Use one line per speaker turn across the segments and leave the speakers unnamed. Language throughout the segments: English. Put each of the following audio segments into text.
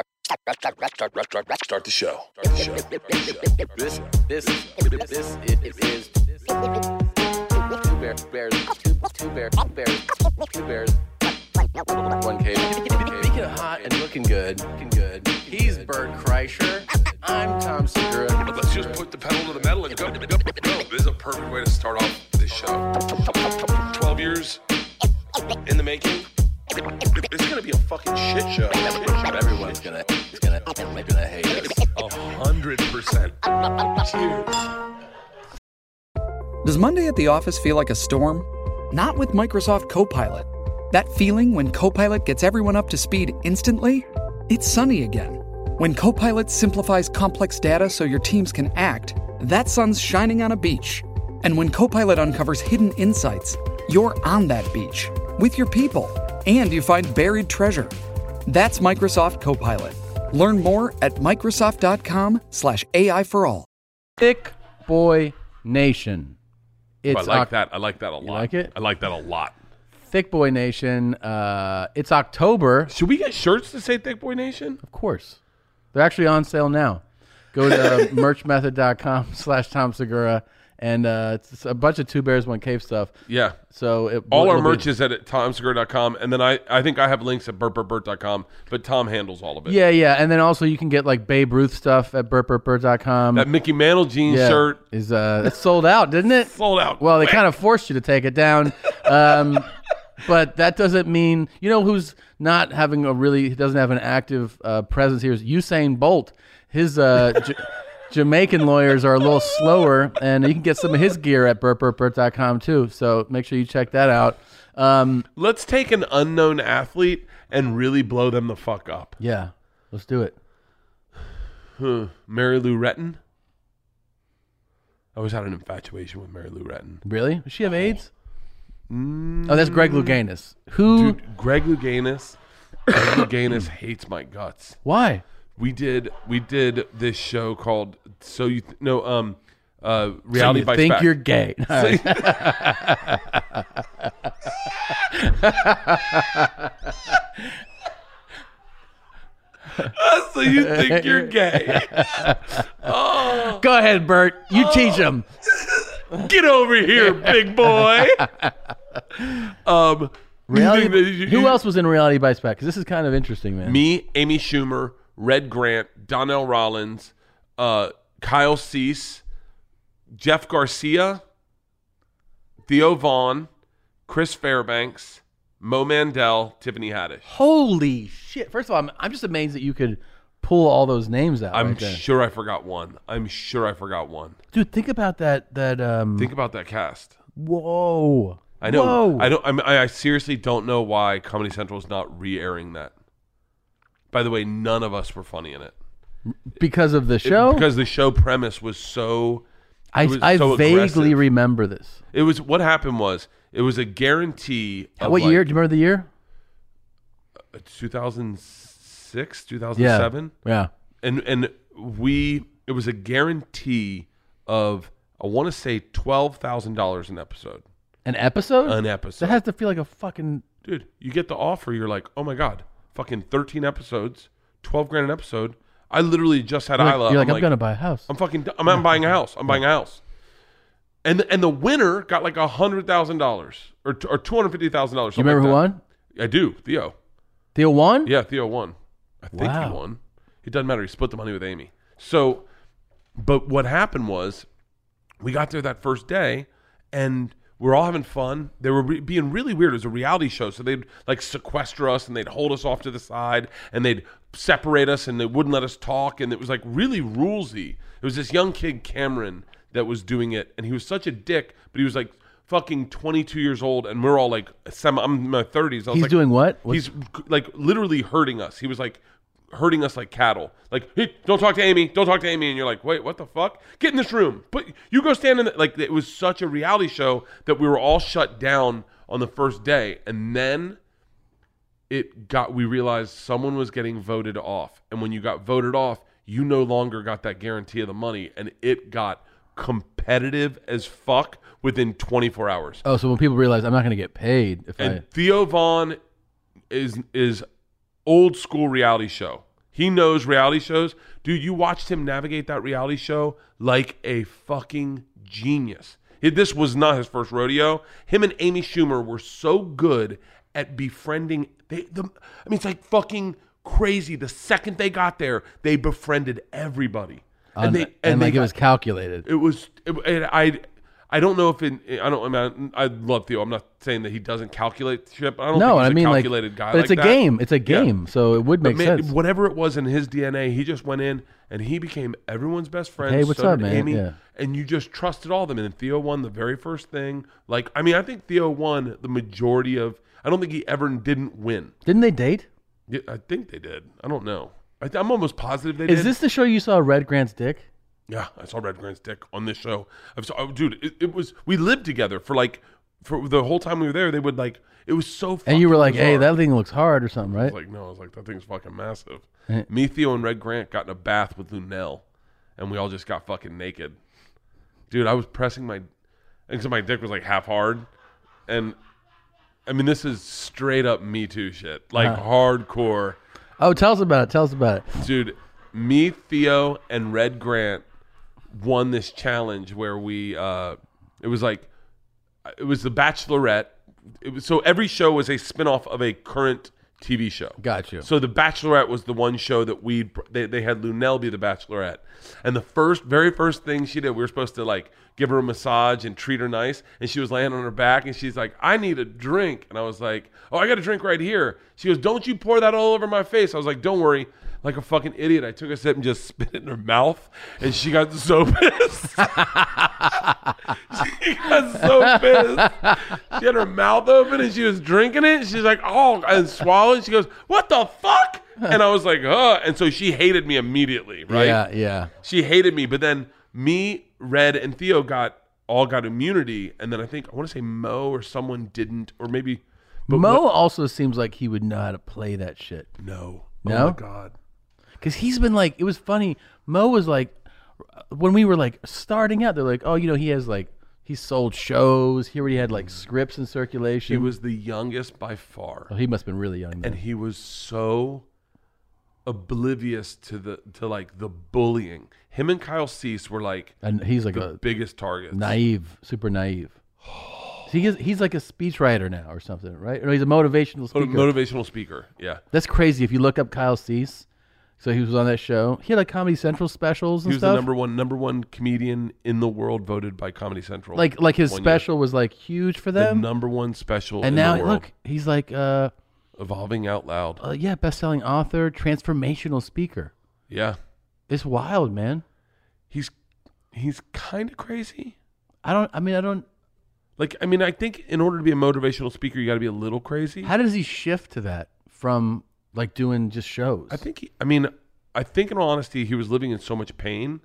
Let's start, let's start, let's start, let's start the show.
This, this, this, it is two bear, bears, two, two bear, bears, two bears, one cave. Speaking of hot and looking good, looking good. He's Bert Kreischer. I'm Tom Segura.
Let's just put the pedal to the metal and go. go, go. This is a perfect way to start off this show. 12 years in the making. It's going to be a fucking shit show. Shit show.
Everyone's gonna, is gonna, gonna, gonna hate us.
100%. Cheers.
Does Monday at the office feel like a storm? Not with Microsoft Copilot. That feeling when Copilot gets everyone up to speed instantly? It's sunny again. When Copilot simplifies complex data so your teams can act, that sun's shining on a beach. And when Copilot uncovers hidden insights, you're on that beach with your people and you find buried treasure. That's Microsoft Copilot. Learn more at Microsoft.com/slash AI for all.
Thick Boy Nation. It's
I like
Oc-
that. I like that a lot.
like it?
I like that a lot.
Thick Boy Nation. Uh, it's October,
Should we get shirts to say Thick Boy Nation?
of course. They're actually on sale now. Go to merchmethod.com slash Tom Segura. And uh, it's it's a bunch of Two Bears, One Cave stuff.
Yeah.
So it,
All our
it'll be-
merch is at tomsegura.com, and then I, I think I have links at burtburtburt.com, but Tom handles all of it.
Yeah, yeah. And then also you can get like Babe Ruth stuff at burpburpbur.com.
That Mickey Mantle jean
yeah,
shirt
Is, uh, it's sold out, didn't it?
sold out.
Well, they kind of forced you to take it down. Um, but that doesn't mean you know who's not having a really doesn't have an active uh, presence here is Usain Bolt. His uh, J- Jamaican lawyers are a little slower, and you can get some of his gear at burpburpburt.com too. So make sure you check that out. Um,
Let's take an unknown athlete and really blow them the fuck up.
yeah, let's do it.
Mary Lou Retton. I always had an infatuation with Mary Lou Retton.
Really? Does she have AIDS? Oh, that's Greg Louganis. Who?
Mm. Dude, Greg Louganis. Greg Louganis hates my guts.
Why?
We did we did this show called So You Th- No um uh Reality
you
Bites
think
Back.
you're gay? All right.
so you think you're gay.
Go ahead, Bert. You teach
Oh.
him.
Get over here, big boy. Um you think that
Reality,
you-
who
you-
else was in Reality Bites Back? Because this is kind of interesting, man.
Me, Amy Schumer, Red Grant, Donnell Rollins, uh, Kyle Cease, Jeff Garcia, Theo Vaughn, Chris Fairbanks, Mo Mandel, Tiffany Haddish.
Holy shit! First of all, I'm, I'm just amazed that you could pull all those names out.
I'm
right there.
sure I forgot one. I'm sure I forgot one.
dude. Think about that. That um.
Think about that cast.
whoa.
I know.
Whoa.
I don't. I'm, I I seriously don't know why Comedy Central is not re-airing that. By the way, none of us were funny in it
because of the show.
because the show premise was so
I,
it was
I
so
vaguely
aggressive.
remember this.
It was what happened was it was a guarantee. Of
what
like, uh,
year? Do you remember the year?
2006,
Yeah.
2007,
Yeah.
and and we it was a guarantee of I want to say twelve thousand dollars an episode.
An episode.
An episode,
That has to feel like a fucking.
dude. You get the offer, you're like, oh my god, fucking thirteen episodes, twelve grand an episode. I literally just had
You're like,
Isla.
you're like,
I'm
I'm,
like,
gonna buy a house.
I'm fucking. I'm, I'm buying a house. I'm buying a house. And and the winner got like a hundred thousand dollars or t- or two hundred fifty thousand dollars.
you remember who won?
I do, Theo.
Theo won.
Yeah, Theo won. I think he
Wow.
won. It doesn't matter. He split the money with Amy. So, but what happened was we got there that first day and we're all having fun. They were re- being really weird. It was a reality show. So they'd like sequester us and they'd hold us off to the side and they'd separate us and they wouldn't let us talk. And it was like really rulesy. It was this young kid, Cameron, that was doing it. And he was such a dick, but he was like, Fucking 22 years old, and we're all like, semi, I'm in my 30s. I was
He's
like,
doing what? What's-
he's like literally hurting us. He was like hurting us like cattle. Like, hey, don't talk to Amy. Don't talk to Amy. And you're like, wait, what the fuck? Get in this room. But you go stand in. The, like, it was such a reality show that we were all shut down on the first day, and then it got. We realized someone was getting voted off, and when you got voted off, you no longer got that guarantee of the money, and it got competitive as fuck within 24 hours.
Oh, so when people realize I'm not gonna get paid if I.
And Theo Vaughn is is old school reality show. He knows reality shows. Dude, you watched him navigate that reality show like a fucking genius. It- This was not his first rodeo. Him and Amy Schumer were so good at befriending. They, the, I mean, it's like fucking crazy. The second they got there, they befriended everybody.
and,
they
and like
they
it was
got-
calculated.
it was it, it, I I don't know if it, I don't I mean I love Theo. I'm not saying that he doesn't calculate shit. But I don't
No,
think he's
I mean
a
like,
calculated guy.
but it's
like
a
that.
game. It's a game, so it would make
But man,
sense.
whatever it was in his DNA, he just went in and he became everyone's best friend.
Hey, what's
so
up,
did
man?
Amy,
Yeah.
And you just trusted all of them. And then Theo won the very first thing. Like I mean, I think Theo won the majority of. I don't think he ever didn't win.
Didn't they date?
Yeah, I think they did. I don't know. I th- I'm almost positive they did.
Is this the show you saw Red Grant's dick?
Yeah, I saw Red Grant's dick on this show. I saw, oh, dude, it, it was we lived together for like for the whole time we were there. They would like it was so.
And you were
fucking
like, "Hey,
bizarre."
that thing looks hard" or something,
I
right?
was like, no, I was like, that thing's fucking massive.
Eh.
Me, Theo, and Red Grant got in a bath with Lunel, and we all just got fucking naked. Dude, I was pressing my, and so my dick was like half hard, and I mean this is straight up Me Too shit, like
Uh-huh.
hardcore
oh, tell us about it. Tell us about it.
dude me theo and red grant won this challenge where we uh it was like it was the bachelorette it was, so every show was a spin-off of a current tv show
Got you.
so the Bachelorette was the one show that we they, they had Lunel be the Bachelorette, and the first very first thing she did, we were supposed to like give her a massage and treat her nice, and she was laying on her back, and she's like, "I need a drink," and I was like, "Oh, I got a drink right here." She goes, "Don't you pour that all over my face?" I was like, "Don't worry." Like a fucking idiot, I took a sip and just spit it in her mouth, and she got so pissed. she got so pissed. She had her mouth open and she was drinking it. She's like, oh, and swallowed. She goes, what the fuck? And I was like, huh. And so she hated me immediately, right?
Yeah, yeah.
She hated me. But then me, Red, and Theo got all got immunity. And then I think, I want to say Mo or someone didn't, or maybe, but
Mo
what-
also seems like he would know how to play that shit
no.
No?
Oh, my God.
because he's been like, it was funny. Mo was like, when we were like starting out, they're like, "Oh, you know, he has like he sold shows. He already had like scripts in circulation.
He was the youngest by far.
Oh, he must have been really young. Then.
and he was so oblivious to the to like the bullying. Him and Kyle Cease were like
And he's like
the
a
biggest targets.
naive, super naive. So he is, he's like a speechwriter now or something, right? Or he's a motivational
Mo-
speaker.
Motivational speaker. Yeah.
That's crazy. If you look up Kyle Cease, so he was on that show. He had like Comedy Central specials
He
and
was
stuff.
the number one number one comedian in the world voted by Comedy Central.
like like his
one year.
special was like huge for
the
them.
number one special
and
in
now
the world.
look, he's like uh,
Evolving out loud.
uh yeah, best-selling author, transformational speaker.
yeah.
It's wild, man.
He's he's kind of crazy.
I don't I mean I don't
Like I mean I think in order to be a motivational speaker you got to be a little crazy.
how does he shift to that from like doing just shows?
I think he, I mean I think in all honesty he was living in so much pain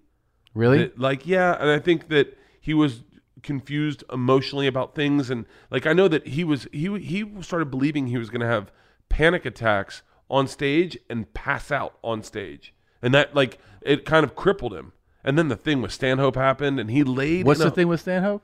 really?
that, like yeah and i think that he was confused emotionally about things and like i know that he was he he started believing he was going to have panic attacks on stage and pass out on stage and that like it kind of crippled him and then the thing with stanhope happened and he laid
What's
in
the
a-
thing with Stanhope?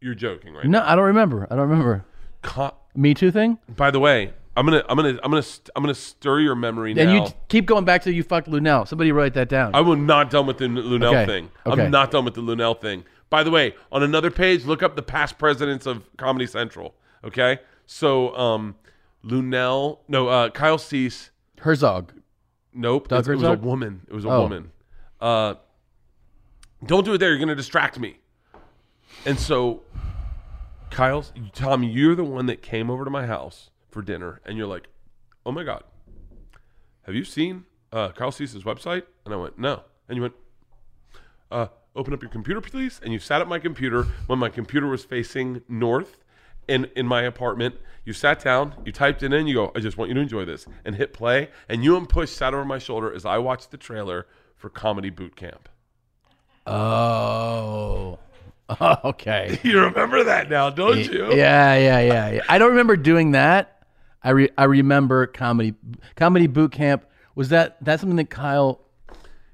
you're joking right
No, I don't remember. I don't remember.
Co-
Me too thing?
by the way i'm going to i'm going to i'm going to st- i'm going to stir your memory
And
now
you t- keep going back to you fucked Lunel. Somebody write that down.
I am not done with the Lunel
Okay,
thing.
okay.
I'm not done with the Lunel thing. By the way, on another page, look up the past presidents of Comedy Central. Okay, so um, Lunel, no, uh, Kyle Cease,
Herzog.
nope,
Doug
it's- it was a
Herzog?
woman. It was a
Oh.
woman. Uh, don't do it there. You're going to distract me. And so, Kyle, Tom, you're the one that came over to my house for dinner, and you're like, "Oh my god, have you seen uh, Kyle Cease's website?" And I went, "No." And you went, uh, "Open up your computer, please." And you sat at my computer when my computer was facing north, in in my apartment. You sat down, you typed it in, you go, "I just want you to enjoy this," and hit play. And you and Push sat over my shoulder as I watched the trailer for Comedy Boot Camp.
Oh. Okay.
You remember that now, don't you?
Yeah, yeah, yeah, yeah. I don't remember doing that. I re- I remember comedy comedy boot camp. Was that that's something that Kyle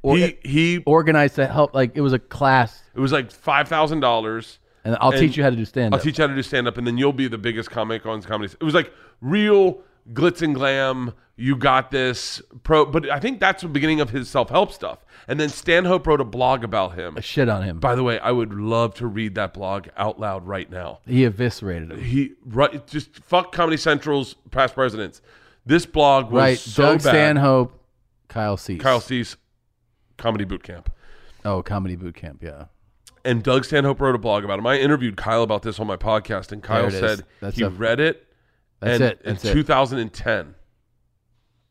or-
He he.
organized to help? Like it was a class,
It was like five thousand dollars.
and I'll
And
teach you how to do stand
I'll
up.
teach you how to do stand up, and then you'll be the biggest comic on comedy. It was like real glitz and glam, you got this pro. But I think that's the beginning of his self help stuff. And then Stanhope wrote a blog about him.
Shit on him.
By the way, I would love to read that blog out loud right now.
He eviscerated him.
He right, just fuck Comedy Central's past presidents. This blog was
right.
so
Doug
bad.
Stanhope, Kyle Cease.
Kyle Cease, Comedy Boot Camp.
Oh, Comedy Boot Camp. Yeah.
and Doug Stanhope wrote a blog about him. I interviewed Kyle about this on my podcast, and Kyle
it is.
said
That's
he
a-
read it.
That's
and,
it.
In
That's it.
2010.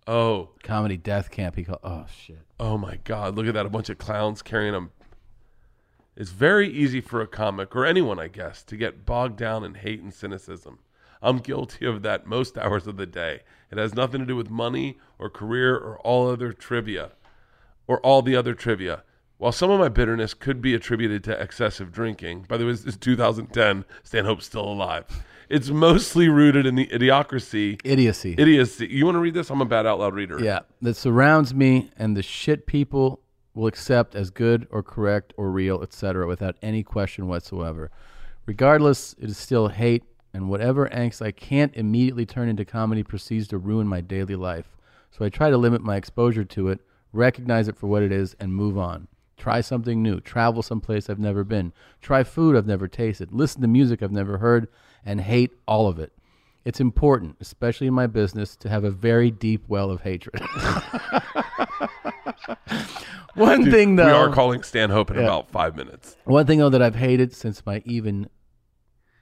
Oh,
Comedy Death Camp. He called. Oh shit.
oh my God! Look at that—a bunch of clowns carrying them. It's very easy for a comic or anyone, I guess, to get bogged down in hate and cynicism. I'm guilty of that most hours of the day. It has nothing to do with money or career or all other trivia or all the other trivia. While some of my bitterness could be attributed to excessive drinking, by the way, this is 2010, Stanhope's still alive. It's mostly rooted in the idiocracy,
Idiocy.
idiocy. You want to read this? I'm a bad out loud reader.
yeah. That surrounds me and the shit people will accept as good or correct or real, etc., without any question whatsoever. Regardless, it is still hate, and whatever angst I can't immediately turn into comedy proceeds to ruin my daily life. So I try to limit my exposure to it, recognize it for what it is, and move on. Try something new. Travel someplace I've never been. Try food I've never tasted. Listen to music I've never heard, and hate all of it. It's important, especially in my business, to have a very deep well of hatred. One thing
We
though,
are calling Stanhope in about five minutes.
one thing though that I've hated since my even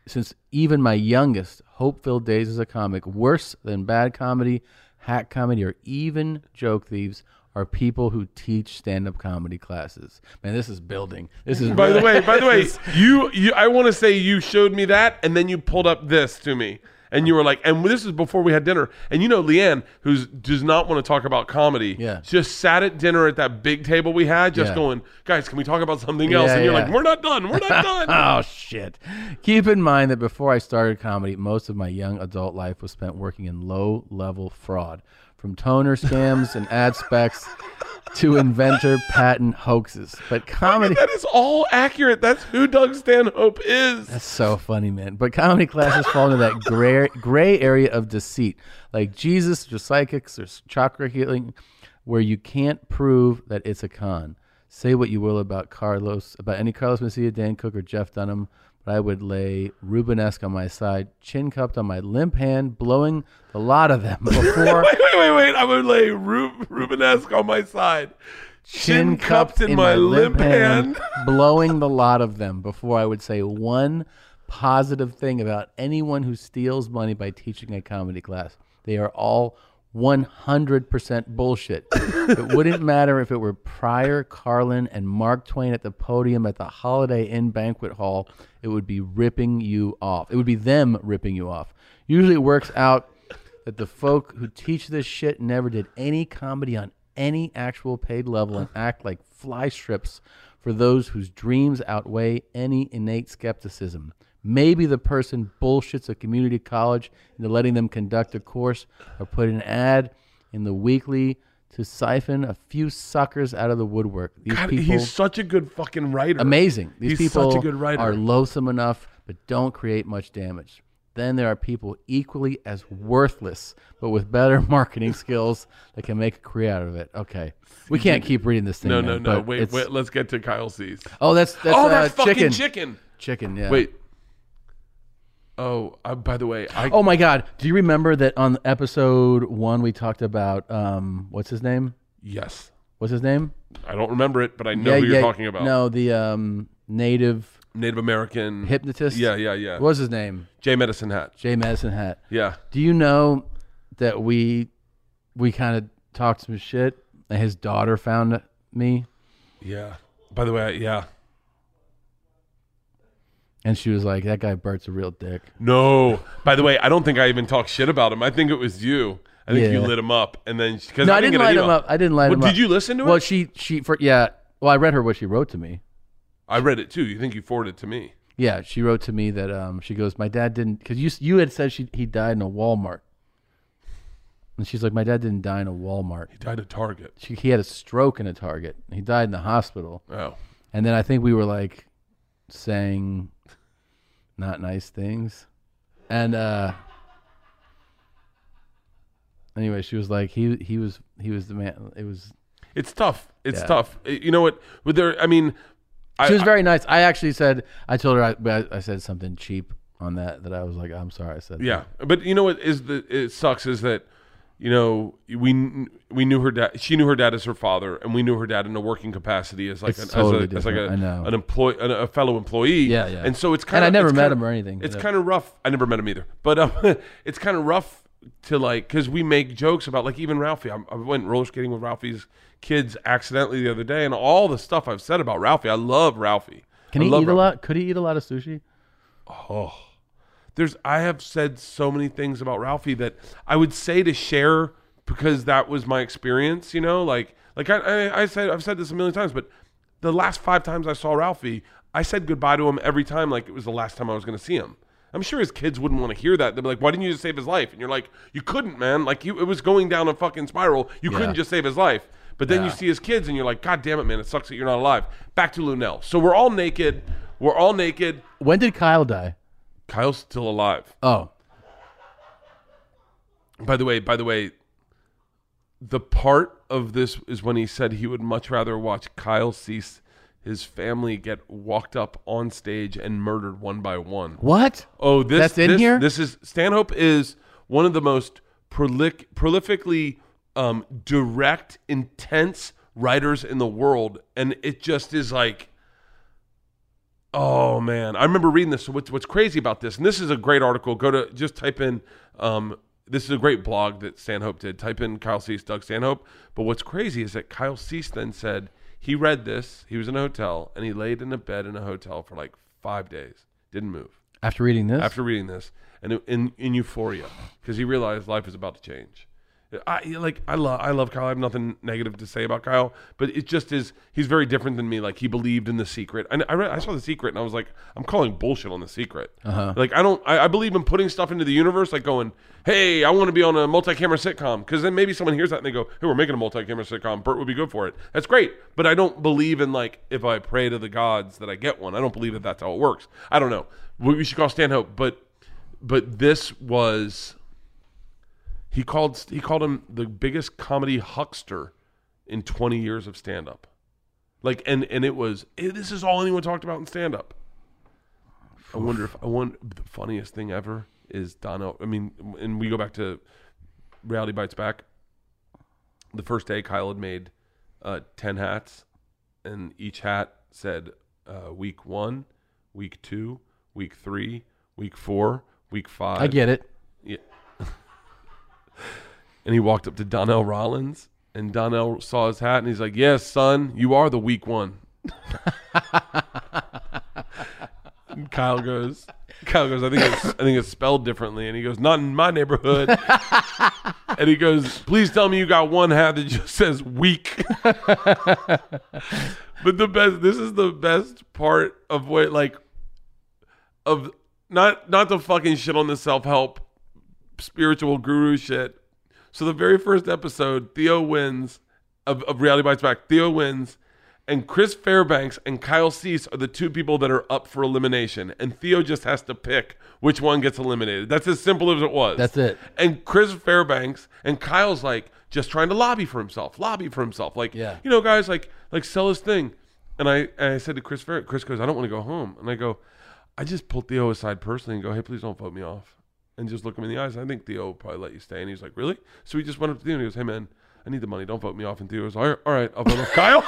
since even my youngest hope-filled days as a comic, worse than bad comedy, hack comedy, or even joke thieves, are people who teach stand-up comedy classes. Man, this is building. This is
By the
really-
way, by the way, you, you I want to say you showed me that, and then you pulled up this to me, and you were like, and this is before we had dinner, and you know Leanne, who does not want to talk about comedy,
Yeah.
just sat at dinner at that big table we had, just
Yeah.
going, guys, can we talk about something else?
Yeah,
and you're
yeah.
like, we're not done, we're not done.
oh shit. Keep in mind that before I started comedy, most of my young adult life was spent working in low level fraud, from toner scams and ad specs to inventor patent hoaxes. But comedy
that is all accurate. That's who Doug Stanhope is.
That's so funny, man. But comedy classes fall into that gray gray area of deceit, like Jesus or psychics or chakra healing, where you can't prove that it's a con. Say what you will about Carlos, about any Carlos Mencia, Dan Cook, or Jeff Dunham, but I would lay Rubenesque on my side, chin cupped on my limp hand, blowing the lot of them before
Wait, wait, wait, wait. I would lay Ru- Rubenesque on my side. Chin cupped in my limp hand.
blowing the lot of them before I would say one positive thing about anyone who steals money by teaching a comedy class. They are all 100% bullshit. it wouldn't matter if it were Pryor, Carlin, and Mark Twain at the podium at the Holiday Inn banquet hall. It would be ripping you off. It would be them ripping you off. Usually it works out that the folk who teach this shit never did any comedy on any actual paid level and act like fly strips for those whose dreams outweigh any innate skepticism. Maybe the person bullshits a community college into letting them conduct a course or put an ad in the weekly to siphon a few suckers out of the woodwork. These
God,
people
he's such a good fucking writer.
amazing. These
He's
people
such a good writer.
are loathsome enough, but don't create much damage. Then there are people equally as worthless, but with better marketing skills that can make a career out of it. Okay, we can't keep reading this thing.
no,
man,
no, no.
but
Wait,
it's-
wait. Let's get to Kyle C's.
Oh, that's that's,
oh,
uh,
that's fucking
chicken.
chicken.
Chicken. Yeah.
Wait. Oh, I, by the way, I
Oh my God! Do you remember that on episode one we talked about um what's his name?
yes,
What's his name?
I don't remember it, but I know who you're talking about.
No, the um native
Native American
hypnotist.
Yeah, yeah, yeah.
What was his name?
J Medicine Hat.
Jay Madison Hat.
Yeah,
Do you know that we we kind of talked some shit? And his daughter found me,
yeah. By the way, I- yeah.
and she was like, "That guy Bert's a real dick."
No. By the way, I don't think I even talked shit about him. I think it was you. I think you
Yeah.
lit him up, and then because
No,
I
I
didn't, get
didn't
an
light him
email.
up. I didn't light
Well,
him up.
did you listen to
Well,
it?
she she for yeah. Well, I read her what she wrote to me.
I read it too. You think you forwarded it to me?
Yeah, she wrote to me that um she goes, "My dad didn't because you you had said she he died in a Walmart." And she's like, "My dad didn't die in a Walmart.
He died at Target.
She, he had a stroke in a Target. He died in the hospital."
Oh,
And then I think we were like saying not nice things. And uh Anyway, she was like, he he was he was the man. It was
It's tough. It's
Yeah.
tough. Uh, You know what? With there, I mean, I,
she was
I-
very nice. I actually said I told her I, but I, I said something cheap on that that I was like I'm sorry I said
yeah. But you know what is the it sucks is that you know we kn- we knew her dad. She knew her dad as her father, and we knew her dad in a working capacity as like
It's
an,
totally
as, a, as like a,
different. I know.
an employee, an, a fellow employee.
Yeah, yeah.
And so it's
And
kind of
I never met him or anything,
It's
but-
kind of rough. I never met him either. But um, it's kind of rough to like because we make jokes about like even Ralphie. I, I went roller skating with Ralphie's kids accidentally the other day, and all the stuff I've said about Ralphie. I love Ralphie.
Can
I
he eat
love
a
Ralphie.
lot? Could he eat a lot of sushi?
there's I have said so many things about Ralphie that I would say to share because that was my experience, you know, like like I, I, I said I've said this a million times, but the last five times I saw Ralphie, I said goodbye to him every time like it was the last time I was gonna see him. I'm sure his kids wouldn't want to hear that. They'd be like, "Why didn't you just save his life?" And you're like, "You couldn't, man. Like, you, it was going down a fucking spiral. You couldn't just save his life." But then you see his kids, and you're like, "God damn it, man! It sucks that you're not alive." Back to Lunel. So we're all naked. We're all naked.
When did Kyle die?
Kyle's still alive.
Oh,
By the way, by the way, the part of this is when he said he would much rather watch Kyle cease his family get walked up on stage and murdered one by one.
what?
Oh, this
That's in
this-
here?
This is Stanhope is one of the most prolic, prolifically um, direct, intense writers in the world, and it just is like, oh man! I remember reading this. So what's what's crazy about this? And this is a great article. Go to just type in. Um, this is a great blog that Stanhope did. Type in Kyle Cease, Doug Stanhope. But what's crazy is that Kyle Cease then said he read this. He was in a hotel and he laid in a bed in a hotel for like five days. Didn't move
After reading this,
after reading this and it- in in euphoria because he realized life is about to change. I like I love I love Kyle. I have nothing negative to say about Kyle, but it just is he's very different than me. Like he believed in the secret, and I read, I saw the secret, and I was like, I'm calling bullshit on the secret. Like I don't I, I believe in putting stuff into the universe. Like going, hey, I want to be on a multi-camera sitcom because then maybe someone hears that and they go, hey, we're making a multi-camera sitcom. Bert would be good for it. That's great, but I don't believe in like if I pray to the gods that I get one. I don't believe that that's how it works. I don't know. We, we should call Stanhope, but but this was he called he called him the biggest comedy huckster in 20 years of stand up. Like and and it was eh, this is all anyone talked about in stand up. I wonder if I wonder the funniest thing ever is Donnell. I mean, and we go back to Reality Bites Back. The first day, Kyle had made uh, ten hats, and each hat said uh, week one, week two, week three, week four, week five.
I get it.
Yeah. and he walked up to Donnell Rollins, and Donnell saw his hat, and he's like, "Yes, son, you are the weak one." And Kyle goes, Kyle goes. I think it's, I think it's spelled differently, and he goes, "Not in my neighborhood." and he goes, "Please tell me you got one hat that just says weak." but the best. This is the best part of what like of not not the fucking shit on the self help spiritual guru shit. So the very first episode, Theo wins of, of Reality Bites Back. Theo wins, and Chris Fairbanks and Kyle Cease are the two people that are up for elimination, and Theo just has to pick which one gets eliminated. That's as simple as it was.
That's it.
And Chris Fairbanks and Kyle's like just trying to lobby for himself, lobby for himself. Like,
Yeah.
you know, guys, like, like sell his thing. And I, and I said to Chris Fair, Chris goes, I don't want to go home. And I go, I just pulled Theo aside personally and go, hey, please don't vote me off. And just look him in the eyes. I think Theo will probably let you stay. And he's like, really? So he just went up to Theo and he goes, hey, man, I need the money. Don't vote me off. And Theo was all right, all right I'll vote off Kyle.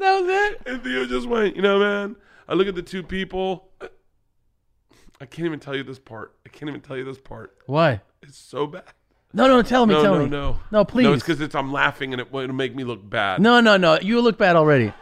That was it.
and Theo just went, you know, man, I look at the two people. I can't even tell you this part. I can't even tell you this part.
Why?
It's so bad.
No, no, tell me,
No,
tell
no,
me.
no.
no, please.
No, it's because it's I'm laughing and it would make me look bad.
no, no, no. You look bad already.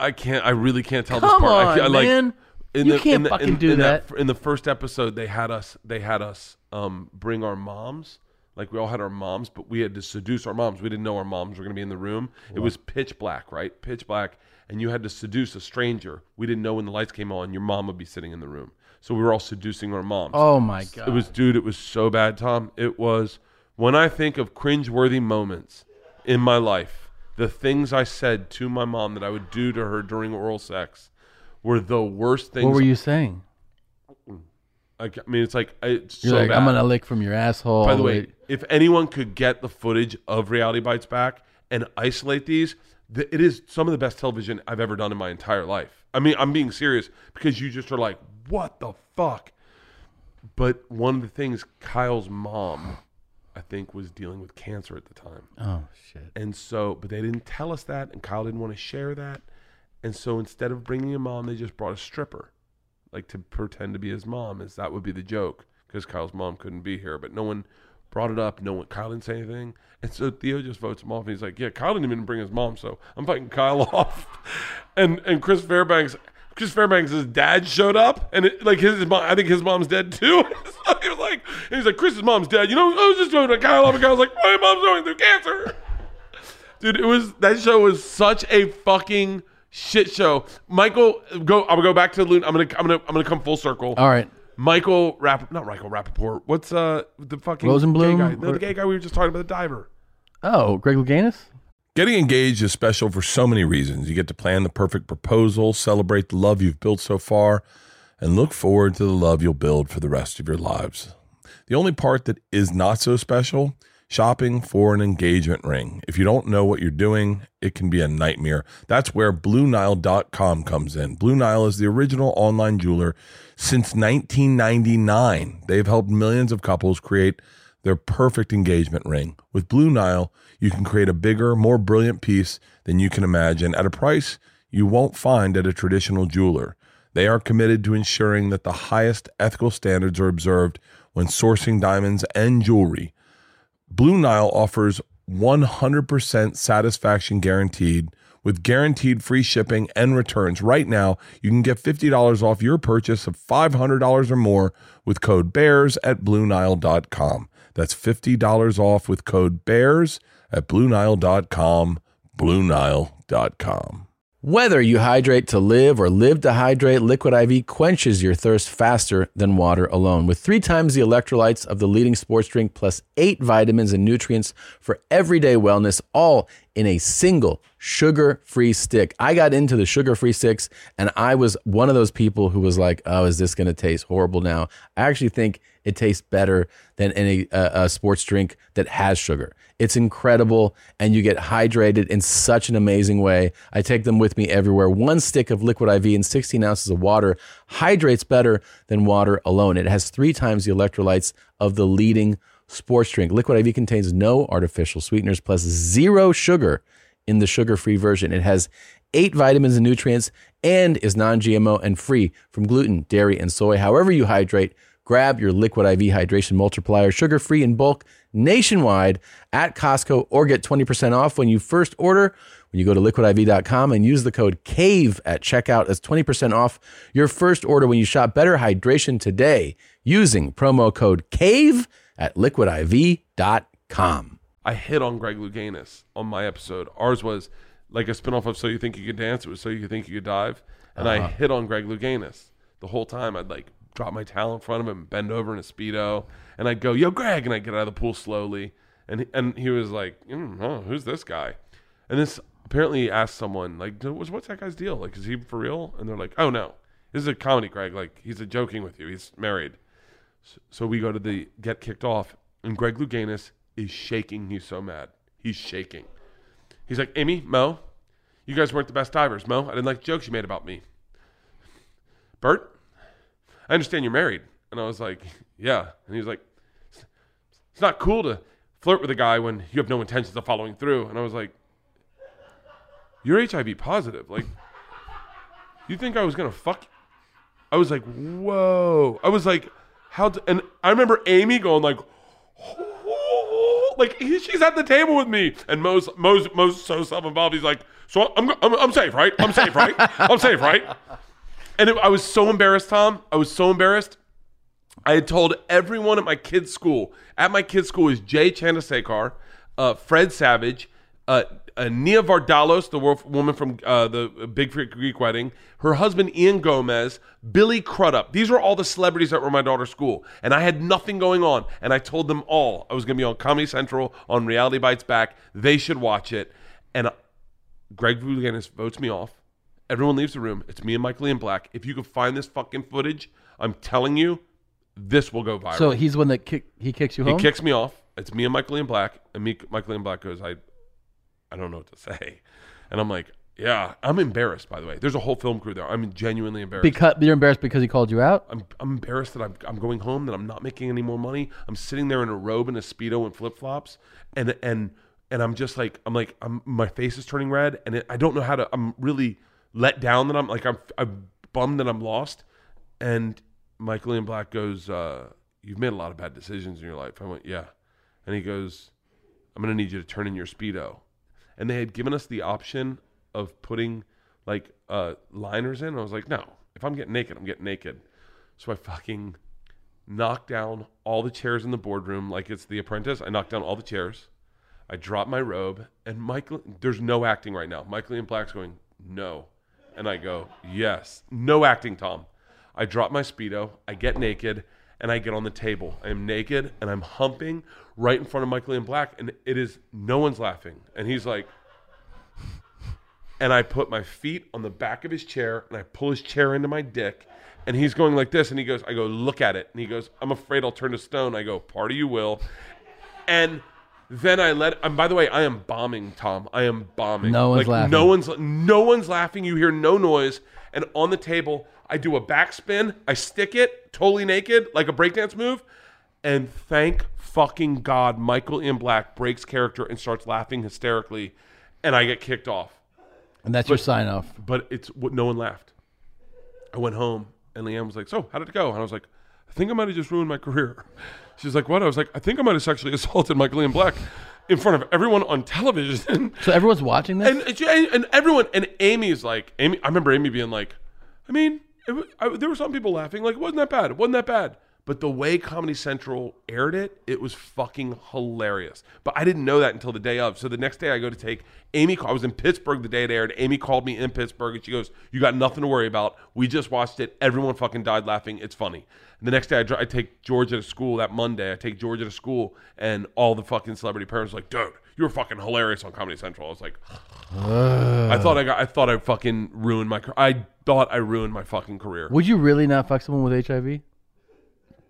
I can't. I really can't tell this
Come
part. I,
on,
I, like,
man. You can't fucking do
in
that.
In the first episode, they had us. They had us um, bring our moms. Like we all had our moms, but we had to seduce our moms. We didn't know our moms were going to be in the room. It was pitch black, right? Pitch black, and you had to seduce a stranger. We didn't know when the lights came on, your mom would be sitting in the room. So we were all seducing our moms.
Oh my god.
It was, dude, it was so bad, Tom. It was when I think of cringeworthy moments in my life, the things I said to my mom that I would do to her during oral sex were the worst things.
What were you saying?
Like, I mean, it's like it's
You're
so
like,
bad.
I'm gonna lick from your asshole.
Oh,
By the
all
way, if anyone could get the footage of Reality Bites back and isolate these, th- it is some of the best television I've ever done in my entire life. I mean, I'm being serious because you just are like, what the fuck? But one of the things, Kyle's mom, I think, was dealing with cancer at the time.
oh shit.
And so, but they didn't tell us that, and Kyle didn't want to share that. And so instead of bringing a mom, they just brought a stripper, like to pretend to be his mom, as that would be the joke, because Kyle's mom couldn't be here. But no one brought it up. No one, Kyle didn't say anything. And so Theo just votes him off, and he's like, "Yeah, Kyle didn't even bring his mom, so I'm fighting Kyle off." and and Chris Fairbanks. Chris Fairbanks' dad showed up, and it, like his mom, I think his mom's dead too. so he was like, and he's like, Chris's mom's dead. You know, I was just talking to Kyle, off, and Kyle's like, my mom's going through cancer. Dude, it was that show was such a fucking shit show. Michael, go. I'm gonna go back to Loon. I'm gonna, I'm gonna, I'm gonna come full circle.
All right.
Michael Rapp, not Michael Rappaport. What's uh the fucking
Rosenblum?
Gay guy? No, the gay guy we were just talking about, the diver.
Oh, Greg Louganis.
Getting engaged is special for so many reasons. You get to plan the perfect proposal, celebrate the love you've built so far, and look forward to the love you'll build for the rest of your lives. The only part that is not so special shopping for an engagement ring. If you don't know what you're doing, it can be a nightmare. That's where BlueNile.com comes in. Blue Nile is the original online jeweler since 1999. They've helped millions of couples create their perfect engagement ring. With Blue Nile, you can create a bigger, more brilliant piece than you can imagine at a price you won't find at a traditional jeweler. They are committed to ensuring that the highest ethical standards are observed when sourcing diamonds and jewelry. Blue Nile offers 100% satisfaction guaranteed with guaranteed free shipping and returns. Right now, you can get $50 off your purchase of $500 or more with code BEARS at BlueNile.com. That's $50 off with code BEARS at BlueNile.com. BlueNile.com.
Whether you hydrate to live or live to hydrate, Liquid IV quenches your thirst faster than water alone. With three times the electrolytes of the leading sports drink, plus eight vitamins and nutrients for everyday wellness, all in a single sugar free stick. I got into the sugar free sticks, and I was one of those people who was like, oh, is this going to taste horrible now? I actually think it tastes better than any uh, a sports drink that has sugar. It's incredible, and you get hydrated in such an amazing way. I take them with me everywhere. One stick of liquid IV and 16 ounces of water hydrates better than water alone. It has three times the electrolytes of the leading sports drink. Liquid IV contains no artificial sweeteners plus zero sugar in the sugar free version. It has eight vitamins and nutrients and is non GMO and free from gluten, dairy, and soy. However, you hydrate, grab your Liquid IV Hydration Multiplier sugar free in bulk nationwide at Costco or get 20% off when you first order. When you go to liquidiv.com and use the code CAVE at checkout, that's 20% off your first order when you shop Better Hydration today using promo code CAVE at liquidiv.com.
I hit on Greg Louganis on my episode. Ours was like a spinoff of So You Think You Could Dance. It was So You Think You Could Dive. And I hit on Greg Louganis the whole time. I'd like drop my towel in front of him, bend over in a Speedo, and I'd go, Yo, Greg. And I'd get out of the pool slowly. And, and he was like, mm, huh, Who's this guy? And this apparently he asked someone, like, "What's- What's that guy's deal? Like, is he for real? And they're like, Oh, no. This is a comedy, Greg. Like, he's a joking with you. He's married. So we go to the get kicked off, and Greg Louganis is shaking. He's so mad. He's shaking. He's like, Amy, Mo, you guys weren't the best divers, Mo. I didn't like the jokes you made about me. Bert, I understand you're married. And I was like, yeah. And he was like, it's not cool to flirt with a guy when you have no intentions of following through. And I was like, you're HIV positive. Like, you think I was going to fuck you? I was like, whoa. I was like, how? d and I remember Amy going like, like he, she's at the table with me, and Mo's Mo's Mo's so self-involved. He's like, so I'm I'm, I'm safe, right? I'm safe, right? I'm safe, right? And it, I was so embarrassed, Tom. I was so embarrassed. I had told everyone at my kid's school. At my kid's school is Jay Chandasekar, uh, Fred Savage, uh, uh, Nia Vardalos, the wo- woman from uh, the Big Freak Greek Wedding, her husband Ian Gomez, Billy Crudup. These were all the celebrities that were my daughter's school, and I had nothing going on. And I told them all I was going to be on Comedy Central on Reality Bites Back. They should watch it. And Greg Louganis votes me off, Everyone leaves the room. It's me and Michael Ian Black. If you can find this fucking footage, I'm telling you, this will go viral.
So he's the one that kick he kicks you
He
home.
kicks me off. It's me and Michael Ian Black, and me, Michael Ian Black goes, "I, I don't know what to say," and I'm like, "Yeah, I'm embarrassed." By the way, there's a whole film crew there. I'm genuinely embarrassed.
because you're embarrassed because he called you out.
I'm, I'm embarrassed that I'm, I'm going home, that I'm not making any more money. I'm sitting there in a robe and a speedo and flip flops, and and and I'm just like I'm like I'm my face is turning red, and it, I don't know how to. I'm really let down that I'm like I'm I'm bummed that I'm lost. And Michael Ian Black goes, uh, "You've made a lot of bad decisions in your life." I went, "Yeah," and he goes, "I'm gonna need you to turn in your speedo." And they had given us the option of putting like uh, liners in. I was like, "No, if I'm getting naked, I'm getting naked." So I fucking knocked down all the chairs in the boardroom like it's The Apprentice. I knocked down all the chairs. I dropped my robe, and Michael, there's no acting right now. Michael Ian Black's going, no. And I go, yes. No acting, Tom. I drop my Speedo, I get naked, and I get on the table. I am naked, and I'm humping right in front of Michael Ian Black, and it is, no one's laughing. And he's like, and I put my feet on the back of his chair and I pull his chair into my dick. And he's going like this, and he goes, I go, look at it. And he goes, I'm afraid I'll turn to stone. I go, part of you will. And then I let and by the way, I am bombing, Tom. I am bombing.
No one's
like,
laughing.
No one's no one's laughing. You hear no noise. And on the table, I do a backspin, I stick it, totally naked, like a breakdance move. And thank fucking God, Michael in black breaks character and starts laughing hysterically, and I get kicked off
And that's your sign off.
but it's what no one laughed. I went home and Leanne was like, "So how did it go?" And I was like, "I think I might have just ruined my career." She's like, "What?" I was like, "I think I might have sexually assaulted Michael Ian Black in front of everyone on television."
So everyone's watching this.
and, and and everyone and Amy's like, Amy. I remember Amy being like, "I mean, it, wa- I, there were some people laughing. Like, it wasn't that bad. It wasn't that bad." But the way Comedy Central aired it, it was fucking hilarious. But I didn't know that until the day of. So the next day, I go to take Amy. call- I was in Pittsburgh the day it aired. Amy called me in Pittsburgh and she goes, "You got nothing to worry about. We just watched it. Everyone fucking died laughing. It's funny." And the next day, I, dri I take Georgia to school. That Monday, I take Georgia to school, and all the fucking celebrity parents are like, "Dude, you were fucking hilarious on Comedy Central." I was like, I thought I got. I thought I fucking ruined my. car- I thought I ruined my fucking career.
Would you really not fuck someone with HIV?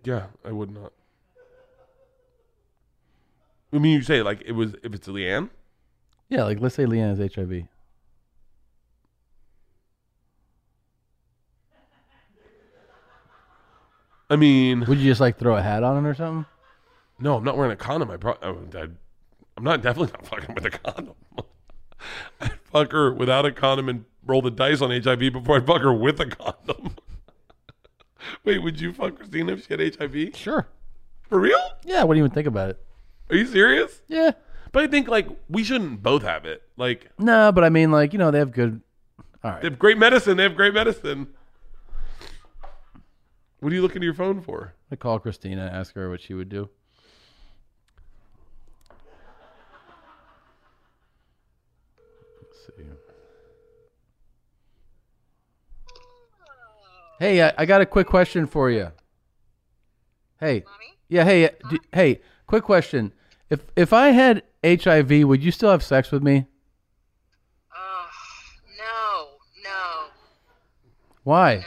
Yeah, I would not. I mean, you say like it was if it's Leanne.
Yeah, like let's say Leanne has HIV.
I mean,
Would you just like throw a hat on it or something?
no, I'm not wearing a condom. I pro- I, would- I I'm not definitely not fucking with a condom. I'd fuck her without a condom and roll the dice on HIV before I fuck her with a condom. Wait, would you fuck Christina if she had HIV?
Sure.
For real?
Yeah, I wouldn't even think about it.
Are you serious?
Yeah.
But I think like we shouldn't both have it. Like
No, but I mean, like you know, they have good.
They have great medicine. They have great medicine. What are you looking at your phone for?
I call Christina, ask her what she would do. Let's see. Hey, I, I got a quick question for you. Hey, yeah, hey, uh, d- hey, quick question. If if I had HIV, would you still have sex with me?
Oh, no, no,
Why?
no.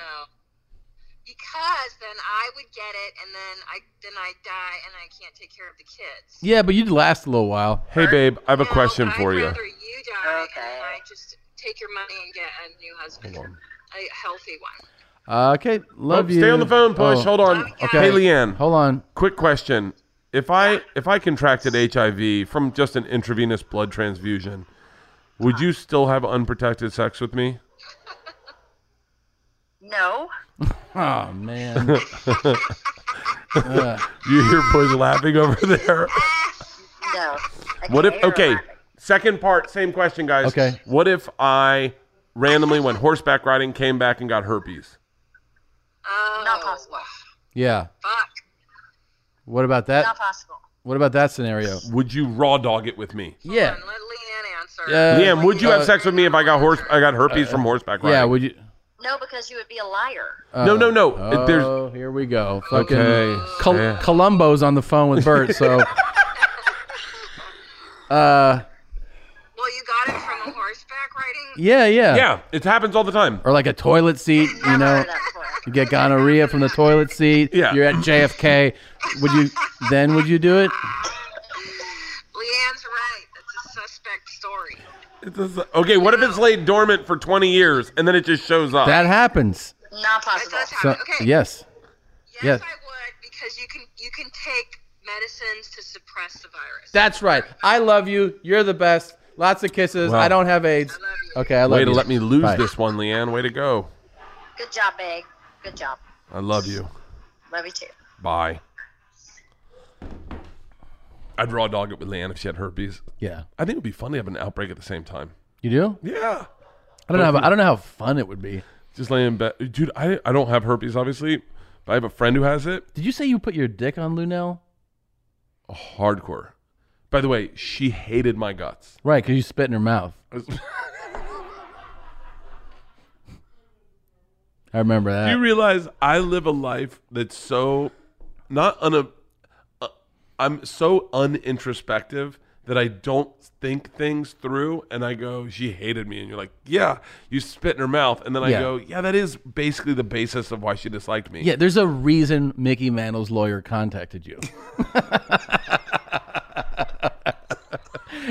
Because then I would get it, and then I then I die, and I can't take care of the kids.
Yeah, but you'd last a little while.
Hey, babe, Oh, I have a
No,
question for
I'd
you.
rather you die, and then I just take your money and get a new husband, a healthy one.
Uh, okay, love
Oh,
you.
Stay on the phone, push.
Oh,
Hold on.
Okay.
Hey, Leanne.
Hold on.
Quick question: If I if I contracted HIV from just an intravenous blood transfusion, would you still have unprotected sex with me?
No.
Oh man.
You hear Bush laughing over there.
No.
What if? Okay. Second part. Same question, guys.
Okay.
What if I randomly went horseback riding, came back, and got herpes?
Oh, Not possible.
yeah.
Fuck.
What about that?
Not possible.
What about that scenario?
Would you raw dog it with me?
Yeah.
Let Leanne answer.
Yeah.
Liam, would you
uh,
have sex with me if I got horse? I got herpes from horseback riding.
Yeah. Would you?
No, because you would be a liar.
no, no, no.
Oh,
It- There's
here we go. Fucking
Okay,
Col-
yeah.
Columbo's on the phone with Bert. So. uh,
Well, you got it from a horseback riding mean?
Yeah, yeah.
Yeah, it happens all the time.
Or like a toilet seat, you know. You get gonorrhea from the toilet seat.
Yeah.
You're at JFK. Would you then would you do it?
Leanne's right. That's a suspect story.
It's just like- okay, what if it's laid dormant for 20 years and then it just shows up?
That happens.
Not
That
possible.
does
So
happen. okay.
yes.
Yes,
yes.
I would because you can you can take medicines to suppress the virus.
That's right. I love you. You're the best. Lots of kisses.
Wow.
I don't have AIDS.
I love you.
Okay, I love
Way
you.
to let me lose
Bye.
this one, Leanne. Way to go.
Good job, Egg. Good job.
I love you.
Love you too.
Bye. I'd raw dog it with Leanne if she had herpes.
Yeah.
I think it would be fun to have an outbreak at the same time.
You do?
Yeah.
I don't know. How, I don't know how fun it would be.
Just laying in bed. Dude, I, I don't have herpes, obviously, but I have a friend who has it.
Did you say you put your dick on Lunel?
Hardcore. By the way, she hated my guts.
Right, because you spit in her mouth. I remember that.
Do you realize I live a life that's so not un uh, I'm so unintrospective that I don't think things through and I go, she hated me. And you're like, yeah, you spit in her mouth. And then I
Yeah.
go, yeah, that is basically the basis of why she disliked me.
yeah, there's a reason Mickey Mantle's lawyer contacted you.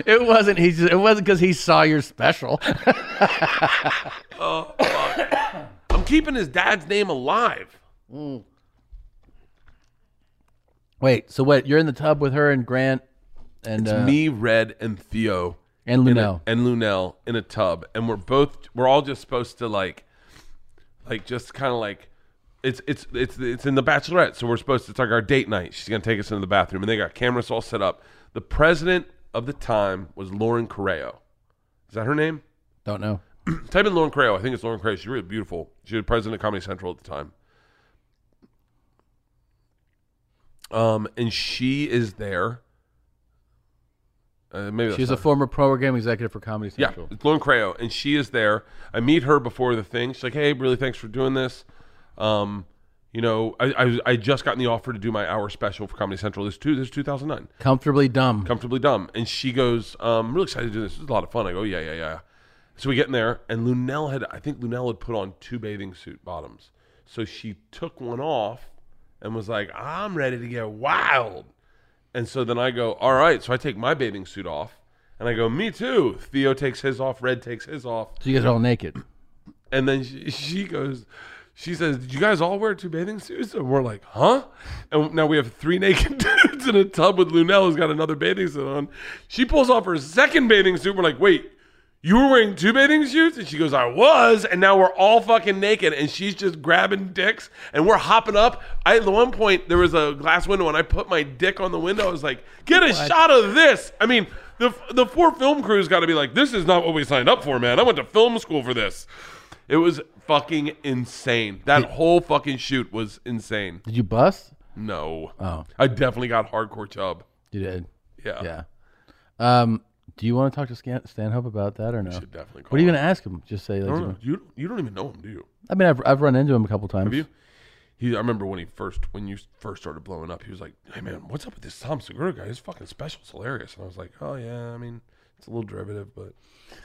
it wasn't he just, it wasn't because he saw your special.
I'm keeping his dad's name alive.
Wait, so what? You're in the tub with her and Grant and uh,
Me, Red, and Theo
and
in a-
Lunel.
and Lunel in a tub, and we're both we're all just supposed to like, like just kind of like, it's it's it's it's in the Bachelorette, so we're supposed to it's like our date night. She's gonna take us into the bathroom, and they got cameras all set up. The president of the time was Lauren Correo. Is that her name?
Don't know.
Type in Lauren Correo. I think it's Lauren Correo. She's really beautiful. She was president of Comedy Central at the time. Um, and she is there. Uh, maybe that's
She's
not
a
her.
former program executive for Comedy
Yeah,
Central.
it's Lauren Crayo, and she is there. I meet her before the thing. She's like, "Hey, really, thanks for doing this. Um, you know, I, I I just gotten the offer to do my hour special for Comedy Central. This two, this two thousand nine,
Comfortably dumb.
comfortably dumb." And she goes, um, "I'm really excited to do this. This is a lot of fun." I go, "Yeah, yeah, yeah." So we get in there, and Lunel had, I think Lunel had put on two bathing suit bottoms, so she took one off and was like, "I'm ready to get wild." And so then I go, all right. So I take my bathing suit off, and I go, me too. Theo takes his off. Red takes his off.
so you guys are all naked.
And then she, she goes, she says, did you guys all wear two bathing suits? And we're like, huh? And now we have three naked dudes in a tub with Lunel who's got another bathing suit on. She pulls off her second bathing suit. We're like, wait, you were wearing two bathing suits? And she goes, I was. And now we're all fucking naked. And she's just grabbing dicks and we're hopping up. I, at one point, there was a glass window and I put my dick on the window. I was like, get a shot of this. I mean, the, the four film crews got to be like, this is not what we signed up for, man. I went to film school for this. It was fucking insane. That whole fucking shoot was insane.
Did you bust?
No.
Oh.
I definitely got hardcore chub.
You did.
Yeah.
Yeah. Um, do you want to talk to Stan- Stanhope about that or no?
Should Oh. definitely call
What are you
him.
going to ask him? Just say,
I
like, do you
don't know.
want-
You, you don't even know him, do you?
I mean, I've, I've run into him a couple times. Have
you? He, I remember when he first, when you first started blowing up, he was like, "Hey man, what's up with this Tom Segura guy? His fucking special's hilarious." And I was like, "Oh yeah, I mean, it's a little derivative, but." Do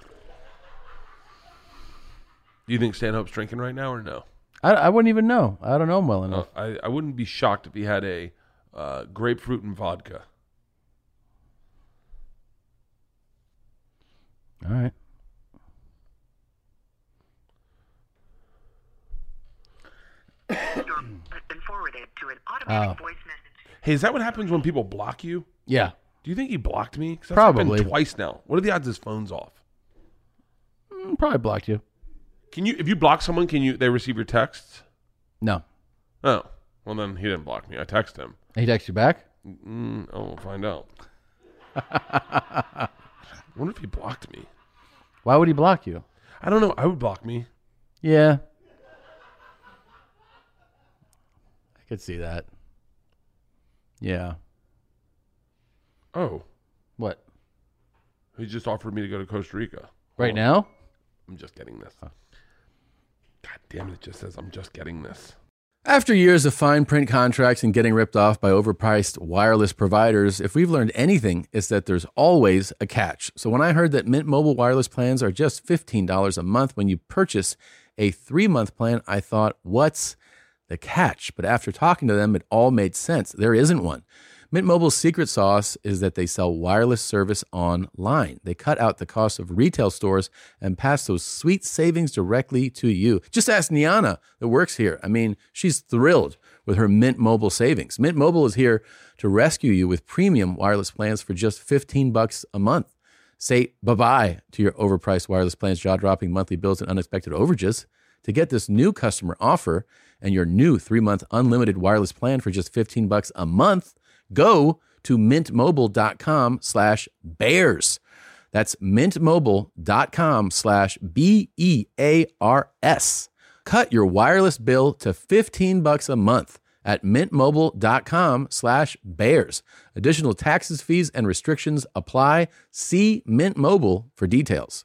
you think Stanhope's drinking right now or no?
I, I wouldn't even know. I don't know him well enough.
I, I wouldn't be shocked if he had a uh, grapefruit and vodka. Oh.
All right.
has been forwarded to an automatic
Oh.
voice message.
Hey, is that what happens when people block you?
Yeah.
Do you think he blocked me? 'Cause That's
Probably.
happened twice now. What are the odds his phone's off?
Mm, Probably blocked you.
Can you if you block someone, can you they receive your texts?
No.
Oh, well then he didn't block me. I text him.
He texts you back?
Mm, oh, we'll find out. I wonder if he blocked me.
Why would he block you?
I don't know. I would block me.
Yeah. I could see that. Yeah.
Oh,
What?
he just offered me to go to Costa Rica.
Right now?
I'm just getting this. God damn it! It just says I'm just getting this.
After years of fine print contracts and getting ripped off by overpriced wireless providers, if we've learned anything, it's that there's always a catch. So when I heard that Mint Mobile wireless plans are just $15 a month when you purchase a three month plan, I thought, what's the catch? But after talking to them, it all made sense. There isn't one. Mint Mobile's secret sauce is that they sell wireless service online. They cut out the cost of retail stores and pass those sweet savings directly to you. Just ask Niana that works here. I mean, she's thrilled with her Mint Mobile savings. Mint Mobile is here to rescue you with premium wireless plans for just 15 bucks a month. Say bye-bye to your overpriced wireless plans, jaw-dropping monthly bills, and unexpected overages. To get this new customer offer and your new three-month unlimited wireless plan for just 15 bucks a month, go to mintmobile.com slash bears. That's mintmobile.com slash E B-E-A-R-S. Cut your wireless bill to 15 bucks a month at mintmobile.com slash bears. Additional taxes, fees, and restrictions apply. See Mint Mobile for details.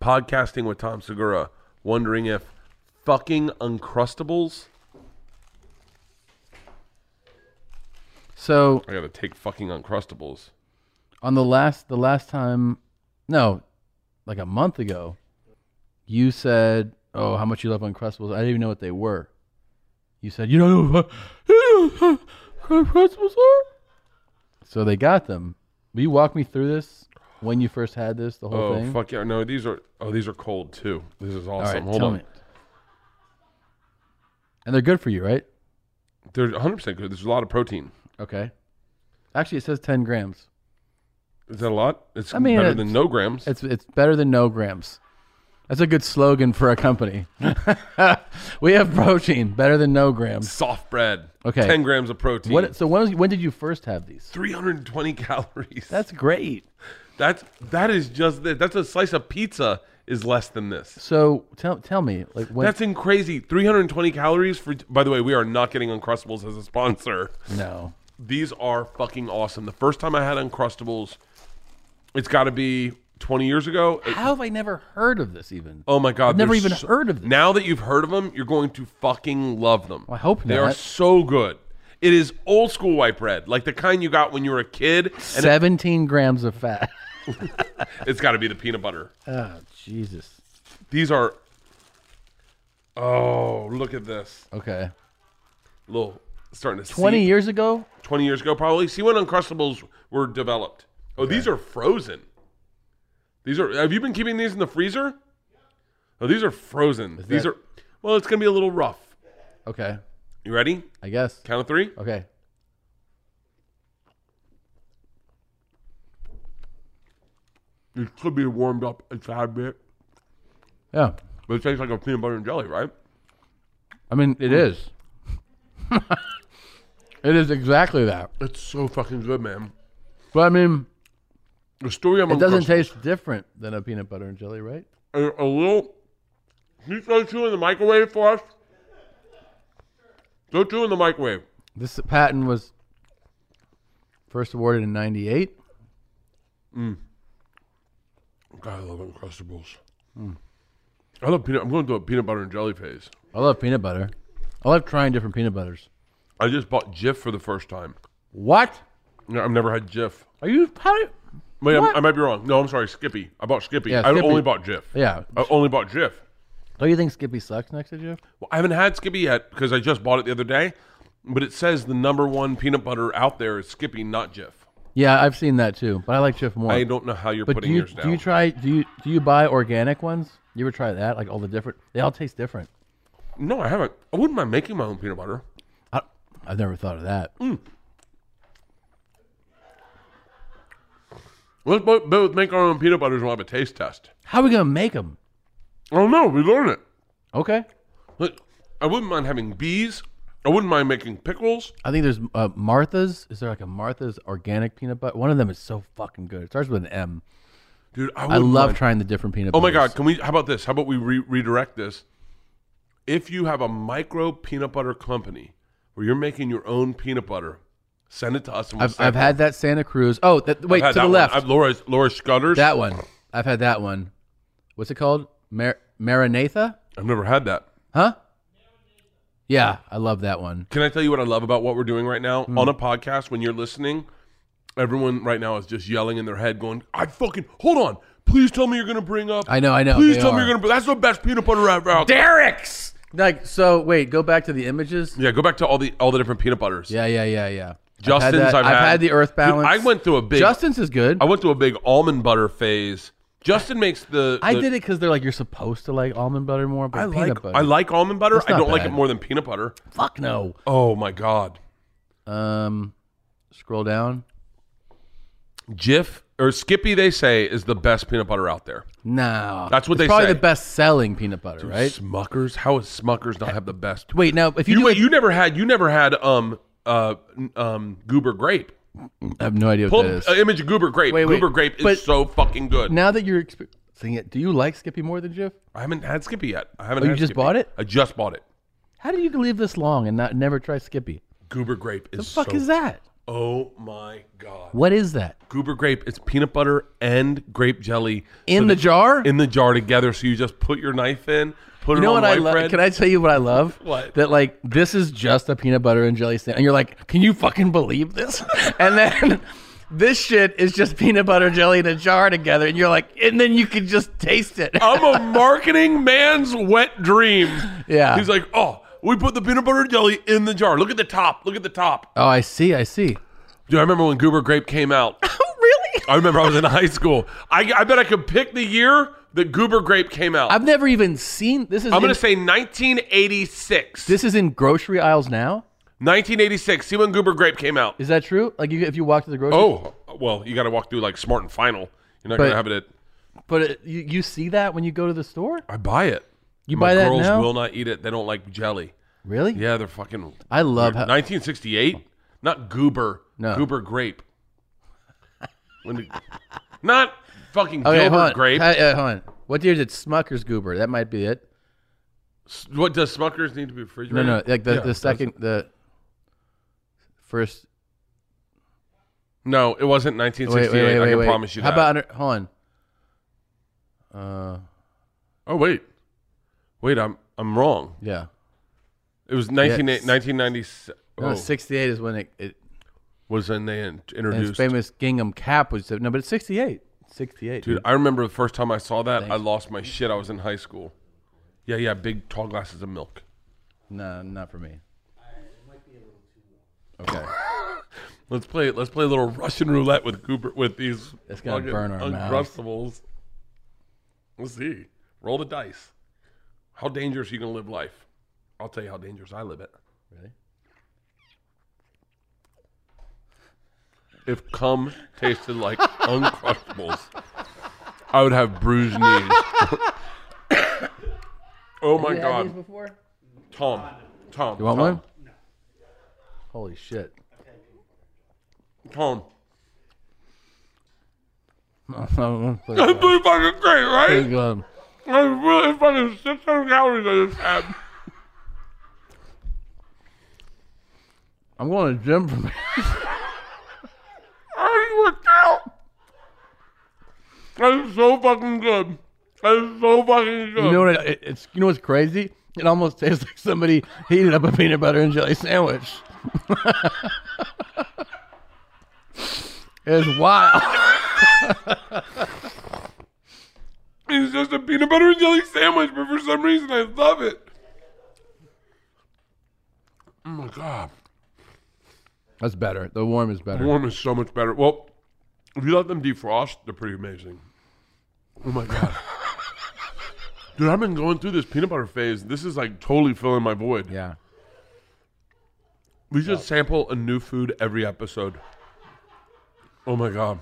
Podcasting with Tom Segura, wondering if fucking Uncrustables.
So
I gotta take fucking Uncrustables.
on the last the last time no like a month ago you said oh how much you love uncrustables i didn't even know what they were you said you don't know what uncrustables are so they got them will you walk me through this when you first had this the whole
oh
thing
fuck yeah! No, these are oh these are cold too. This is
all
awesome.
right
Hold
tell
on,
me and they're good for you right
they're 100 percent good. There's a lot of protein.
okay actually it says 10 grams
Is that a lot? It's
I mean,
better
it's-
than no grams.
It's it's better than no grams. That's a good slogan for a company. we have protein better than no grams.
Soft bread.
Okay.
10 grams of protein.
What? So when was, when did you first have these?
320 calories.
That's great.
That's that is just it. That's a slice of pizza is less than this.
So tell tell me like when?
That's in crazy. 320 calories for. By the way, we are not getting Uncrustables as a sponsor.
no.
These are fucking awesome. The first time I had Uncrustables, it's got to be 20 years ago. It-
How have I never heard of this even?
oh my god,
I've never
they're
even
so-
heard of this.
Now that you've heard of them, you're going to fucking love them.
I hope
They are
not.
so good. It is old school white bread, like the kind you got when you were a kid. And it,
Seventeen grams of fat.
it's got to be the peanut butter.
oh Jesus.
These are. Oh, look at this.
Okay.
Little starting to
Twenty
seep.
years ago.
20 years ago probably. See when Uncrustables were developed. Oh, these are frozen. These are Have you been keeping these in the freezer? Oh, these are frozen. these
that-
are Well, it's going to be a little rough.
Okay.
You ready?
I guess.
Count of 3.
Okay.
It could be warmed up a tad bit,
Yeah.
but it tastes like a peanut butter and jelly, right?
I mean, it is. Hmm. it is exactly that.
It's so fucking good, man.
But I mean,
The story on
it doesn't
Uncrustables-
taste different than a peanut butter and jelly, right?
a, a little. Can you throw two in the microwave for us? Throw two in the microwave.
This patent was first awarded in '98.
God, I love Uncrustables. I love peanut. I'm going to a peanut butter and jelly phase.
I love peanut butter. I love trying different peanut butters.
I just bought Jif for the first time.
What
No, I've never had Jif.
are you? How,
Wait, I'm-
What?
I might be wrong. No, I'm sorry. Skippy. I bought Skippy.
Yeah,
I
Skippy.
only bought Jif.
yeah.
I only bought Jif.
Don't you think Skippy sucks next to Jeff?
Well, I haven't had Skippy yet because I just bought it the other day. But it says the number one peanut butter out there is Skippy, not Jif.
Yeah, I've seen that too, but I like Jeff more.
I don't know how you're
but do
putting
you
yours down.
do you try do you do you buy organic ones? You ever try that? Like all the different, they all taste different.
no, I haven't. I wouldn't mind making my own peanut butter.
I, I've never thought of that.
Mm. Let's both, both make our own peanut butters and we'll have a taste test.
How are we gonna make them?
Oh no, we learn it.
Okay.
Look, I wouldn't mind having bees. I wouldn't mind making pickles.
I think there's uh, Martha's. Is there like a Martha's organic peanut butter? One of them is so fucking good. It starts with an M.
Dude, I,
I
wouldn't
love
mind-
trying the different peanut.
Oh my
butters.
god, can we? How about this? How about we re- redirect this? If you have a micro peanut butter company where you're making your own peanut butter, send it to us. And we'll
I've,
sample
I've
it.
had that Santa Cruz. Oh, that,
I've
wait
had
to
that
the
one.
left.
I've Laura Laura Scudder's.
That one. I've had that one. What's it called? Mar- Maranatha?
I've never had that.
Huh? Yeah, I love that one.
Can I tell you what I love about what we're doing right now
Hmm.
on a podcast? When you're listening, everyone right now is just yelling in their head, going, "I fucking hold on! Please tell me you're going to bring up.
I know, I know,
Please
they
tell
are.
me you're going to. bring That's the best peanut butter I've ever. out there."
Derek's. Like so. Wait, go back to the images.
Yeah, go back to all the all the different peanut butters.
Yeah, yeah, yeah, yeah. I've had
Justin's.
that-
I've,
I've had the Earth
Dude,
Balance.
I went through a big.
Justin's is good.
I went through a big almond butter phase. Justin makes the.
I
the-
did it because they're like you're supposed to like almond butter more, but
I
peanut
like.
butter.
I like almond butter.
That's
I
not
don't like it
bad.
more than peanut butter.
Fuck no.
Oh my god.
Um, scroll down.
Jif or Skippy, they say, is the best peanut butter out there.
No,
That's what
It's
they
probably
say.
the best selling peanut butter,
Dude,
right?
Smuckers. How is Smuckers not have the best?
Wait, now if you,
you
do
wait, you never had. You never had um uh n- um Goober grape.
I have no idea
Pull
what
up uh,
that is.
an image of Goober grape.
Wait, wait,
Goober grape is
but-
so fucking good.
now that you're experiencing it, do you like Skippy more than Jif?
I haven't had Skippy yet. I haven't.
Oh, you
had
just
Skippy.
bought it?
I just bought it.
How do you live this long and not never try Skippy?
Goober grape is
The fuck
so-
is that?
Oh my god.
What is that?
Goober grape, it's peanut butter and grape jelly
In
So
the
that-
jar?
In the jar together. So you just put your knife in, put
You
it
know
on
what
white
I love?
bread.
Can I tell you what I love?
What?
That like this is just a peanut butter and jelly sandwich, and you're like, can you fucking believe this? and then this shit is just peanut butter and jelly in a jar together, and you're like, and then you can just taste it.
I'm a marketing man's wet dream.
Yeah.
He's like, oh, we put the peanut butter and jelly in the jar. Look at the top. Look at the top.
oh, I see. I see.
Dude, I remember when Goober grape came out.
Really?
I remember I was in high school. I, I bet I could pick the year that Goober grape came out.
I've never even seen this. Is
I'm going
in-
to say 1986.
this is in grocery aisles now.
1986. See when Goober grape came out.
Is that true? Like you, if you walk to the grocery,
Oh, well, you got to walk through like Smart and Final. You're not going
But-
to have it at.
but it, you, you see that when you go to the store.
I buy it.
You
My
buy that
girls
now?
will not eat it. They don't like jelly.
Really?
Yeah, they're fucking.
I love
weird.
how.
1968. Not goober.
No.
Goober grape. When the- not fucking
Okay, hold
Gilbert
on.
grape.
Hey, uh, hold on. What year is it? Smucker's Goober. That might be it.
S- What does Smuckers need to be
No,
refrigerated?
no. Like the,
Yeah,
the
that's-
second, the first.
No, it wasn't 1968. I can promise you
How
that.
about under, hold on? Uh,
Oh wait, wait. I'm I'm wrong.
yeah.
It was 19,
Yes.
1990.
No,
oh,
sixty-eight is when it, it
was when they in-
and his
introduced.
famous gingham cap was no, but it's sixty-eight. Sixty-eight,
Dude, I remember the first time I saw that, I lost my shit. I was in high school. Yeah, yeah, big tall glasses of milk.
No, not for me.
Let's play. Let's play a little Russian roulette with Cooper with these.
It's gonna
fucking
burn our mouths.
uncrustables. Let's see. Roll the dice. How dangerous are you gonna live life? I'll tell you how dangerous I live it.
Really?
If cum tasted like uncrustables, I would have bruised knees. oh my god, Tom, Tom,
You
Tom,
want one? No. Holy shit.
Tom. That's
Pretty
pretty fucking great, right?
good.
That's really fucking 600 calories I just had.
I'm going to gym for me.
I already worked out. That is so fucking good. That is so fucking good.
You know what? It, it's you know what's crazy? It almost tastes like somebody heated up a peanut butter and jelly sandwich. it's wild.
It's just a peanut butter and jelly sandwich, but for some reason I love it. Oh my god.
That's better. The warm is better.
Warm is so much better. Well, if you let them defrost, they're pretty amazing. Oh my god. Dude, I've been going through this peanut butter phase. This is like totally filling my void.
Yeah.
We should sample a new food every episode. Oh my god.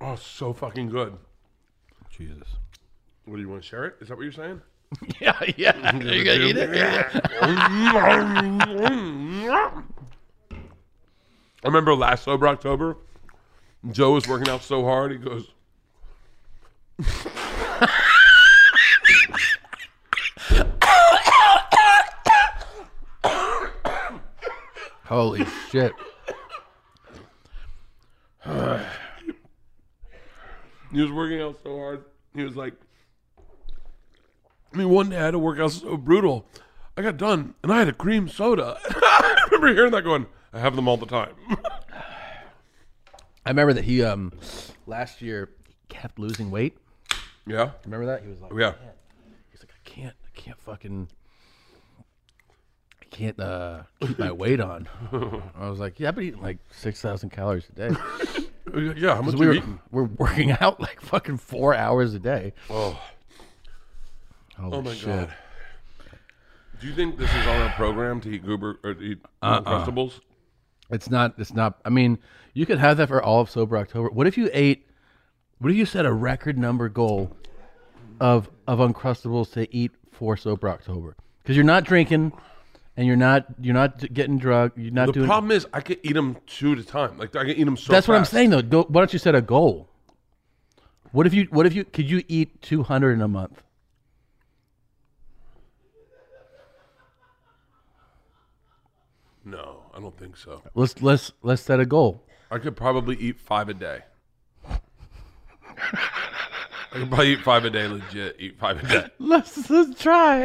Oh, so fucking good.
Jesus.
Oh, What do you want to share it? Is that what you're saying?
Yeah, yeah. Are you gonna eat it?
I remember last sober October, Joe was working out so hard. He goes,
Holy shit.
he was working out so hard. He was like, I mean, one day I had to work out so brutal. I got done and I had a cream soda. I remember hearing that going, I have them all the time.
I remember that he um last year kept losing weight.
Yeah.
Remember that? He was like,
Yeah.
"Man." He's like, I can't, I can't fucking, I can't uh keep my weight on. I was like, yeah, I've been eating like six thousand calories a day.
yeah, how much
we
you
were,
eating?
We're working out like fucking four hours a day.
Oh,
Holy
oh my
shit.
God. Do you think this is on our program to eat goober or to eat
Uh-uh.
Uncrustables?
It's not. It's not. I mean, you could have that for all of sober October. What if you ate? What if you set a record number goal of of uncrustables to eat for sober October? Because you're not drinking, and you're not you're not getting drug. You're not
the
doing.
problem is I could eat them two at a time. Like I can eat them so.
That's what I'm
fast.
saying though. Go, why don't you set a goal? What if you? What if you? Could you eat 200 in a month?
No, I don't think so.
Let's let's let's set a goal.
I could probably eat five a day. I could probably eat five a day. Legit, eat five a day.
Let's let's try.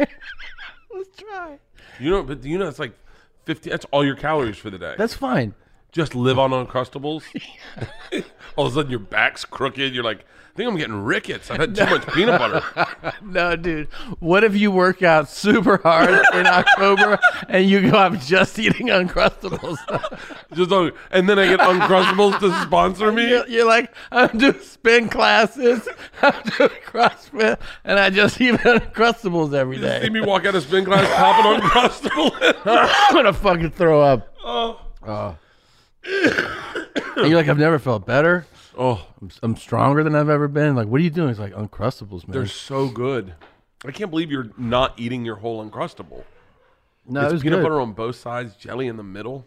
let's try.
You know, but you know, it's like fifty. That's all your calories for the day.
That's fine.
Just live on uncrustables. all of a sudden, your back's crooked. You're like, I think I'm getting rickets. I've had too much peanut butter.
no, dude. What if you work out super hard in October and you go, I'm just eating Uncrustables?
Just on, and then I get uncrustables to sponsor me.
you're, you're like, I'm doing spin classes, I'm doing CrossFit, and I just eat Uncrustables every
See
day.
me walk out of spin class popping uncrustables.
I'm going to fucking throw up.
oh,
Oh. and you're like, I've never felt better.
oh,
I'm, I'm stronger than I've ever been. Like, what are you doing? It's like Uncrustables, man.
they're so good. I can't believe you're not eating your whole uncrustable.
no,
it's
it was
peanut
good.
butter on both sides, jelly in the middle.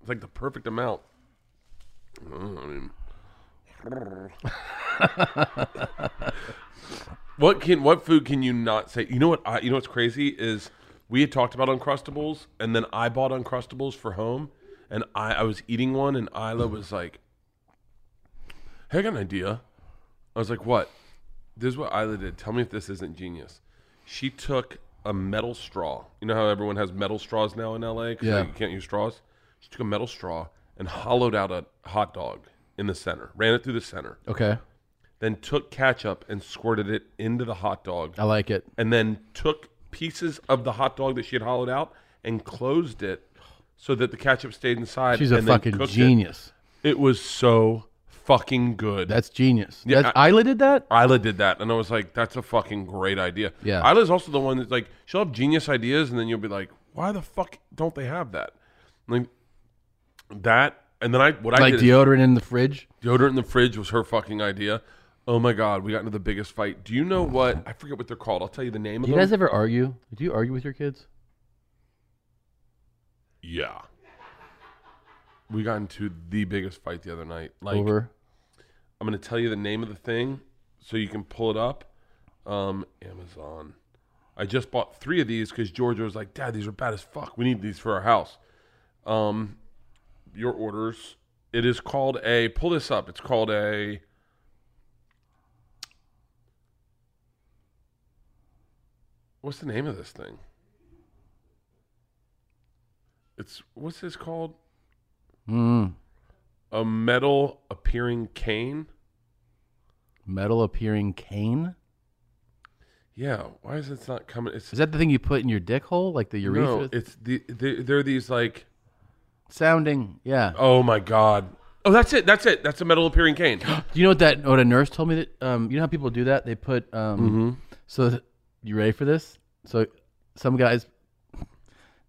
It's like the perfect amount. Mm, I mean- what can what food can you not say? You know what? I, you know what's crazy is we had talked about uncrustables, and then I bought uncrustables for home, and I I was eating one, and Isla was like, "Hey, I got an idea." I was like, "What?" This is what Isla did. Tell me if this isn't genius. She took a metal straw. You know how everyone has metal straws now in LA because
Yeah.
you can't use straws. She took a metal straw and hollowed out a hot dog in the center, ran it through the center,
Okay.
then took ketchup and squirted it into the hot dog,
I like it.
and then took pieces of the hot dog that she had hollowed out and closed it so that the ketchup stayed inside.
She's a
and then
fucking
cooked it.
genius.
It. was so fucking good.
That's genius.
Yeah,
That's, Isla did that?
Isla did that, and I was like, "That's a fucking great idea."
Yeah.
Isla's also the one that's like, she'll have genius ideas, and then you'll be like, "Why the fuck don't they have that?" Like that, and then I what I
like
did is-
deodorant in the fridge?
deodorant in the fridge was her fucking idea. Oh my god, we got into the biggest fight. Do you know what? I forget what they're called. I'll tell you the name of
Do you
them.
guys ever argue? Do you argue with your kids?
yeah. We got into the biggest fight the other night. Like
Over?
I'm going to tell you the name of the thing so you can pull it up. Um, Amazon. I just bought three of these because Georgia was like, Dad, these are bad as fuck. We need these for our house. Um, your orders. It is called a, pull this up. It's called a, what's the name of this thing? It's, what's this called?
Mm.
A metal appearing cane?
Metal appearing cane?
Yeah, why is it not coming? It's
Is that the thing you put in your dick hole? Like the urethra?
no, it's the they, they're these like
Sounding. Yeah.
oh my god, oh that's it, that's it, that's a metal appearing cane.
Do you know what that, what a nurse told me that, um, you know how people do that? They put, um, so th- you ready for this? So some guys,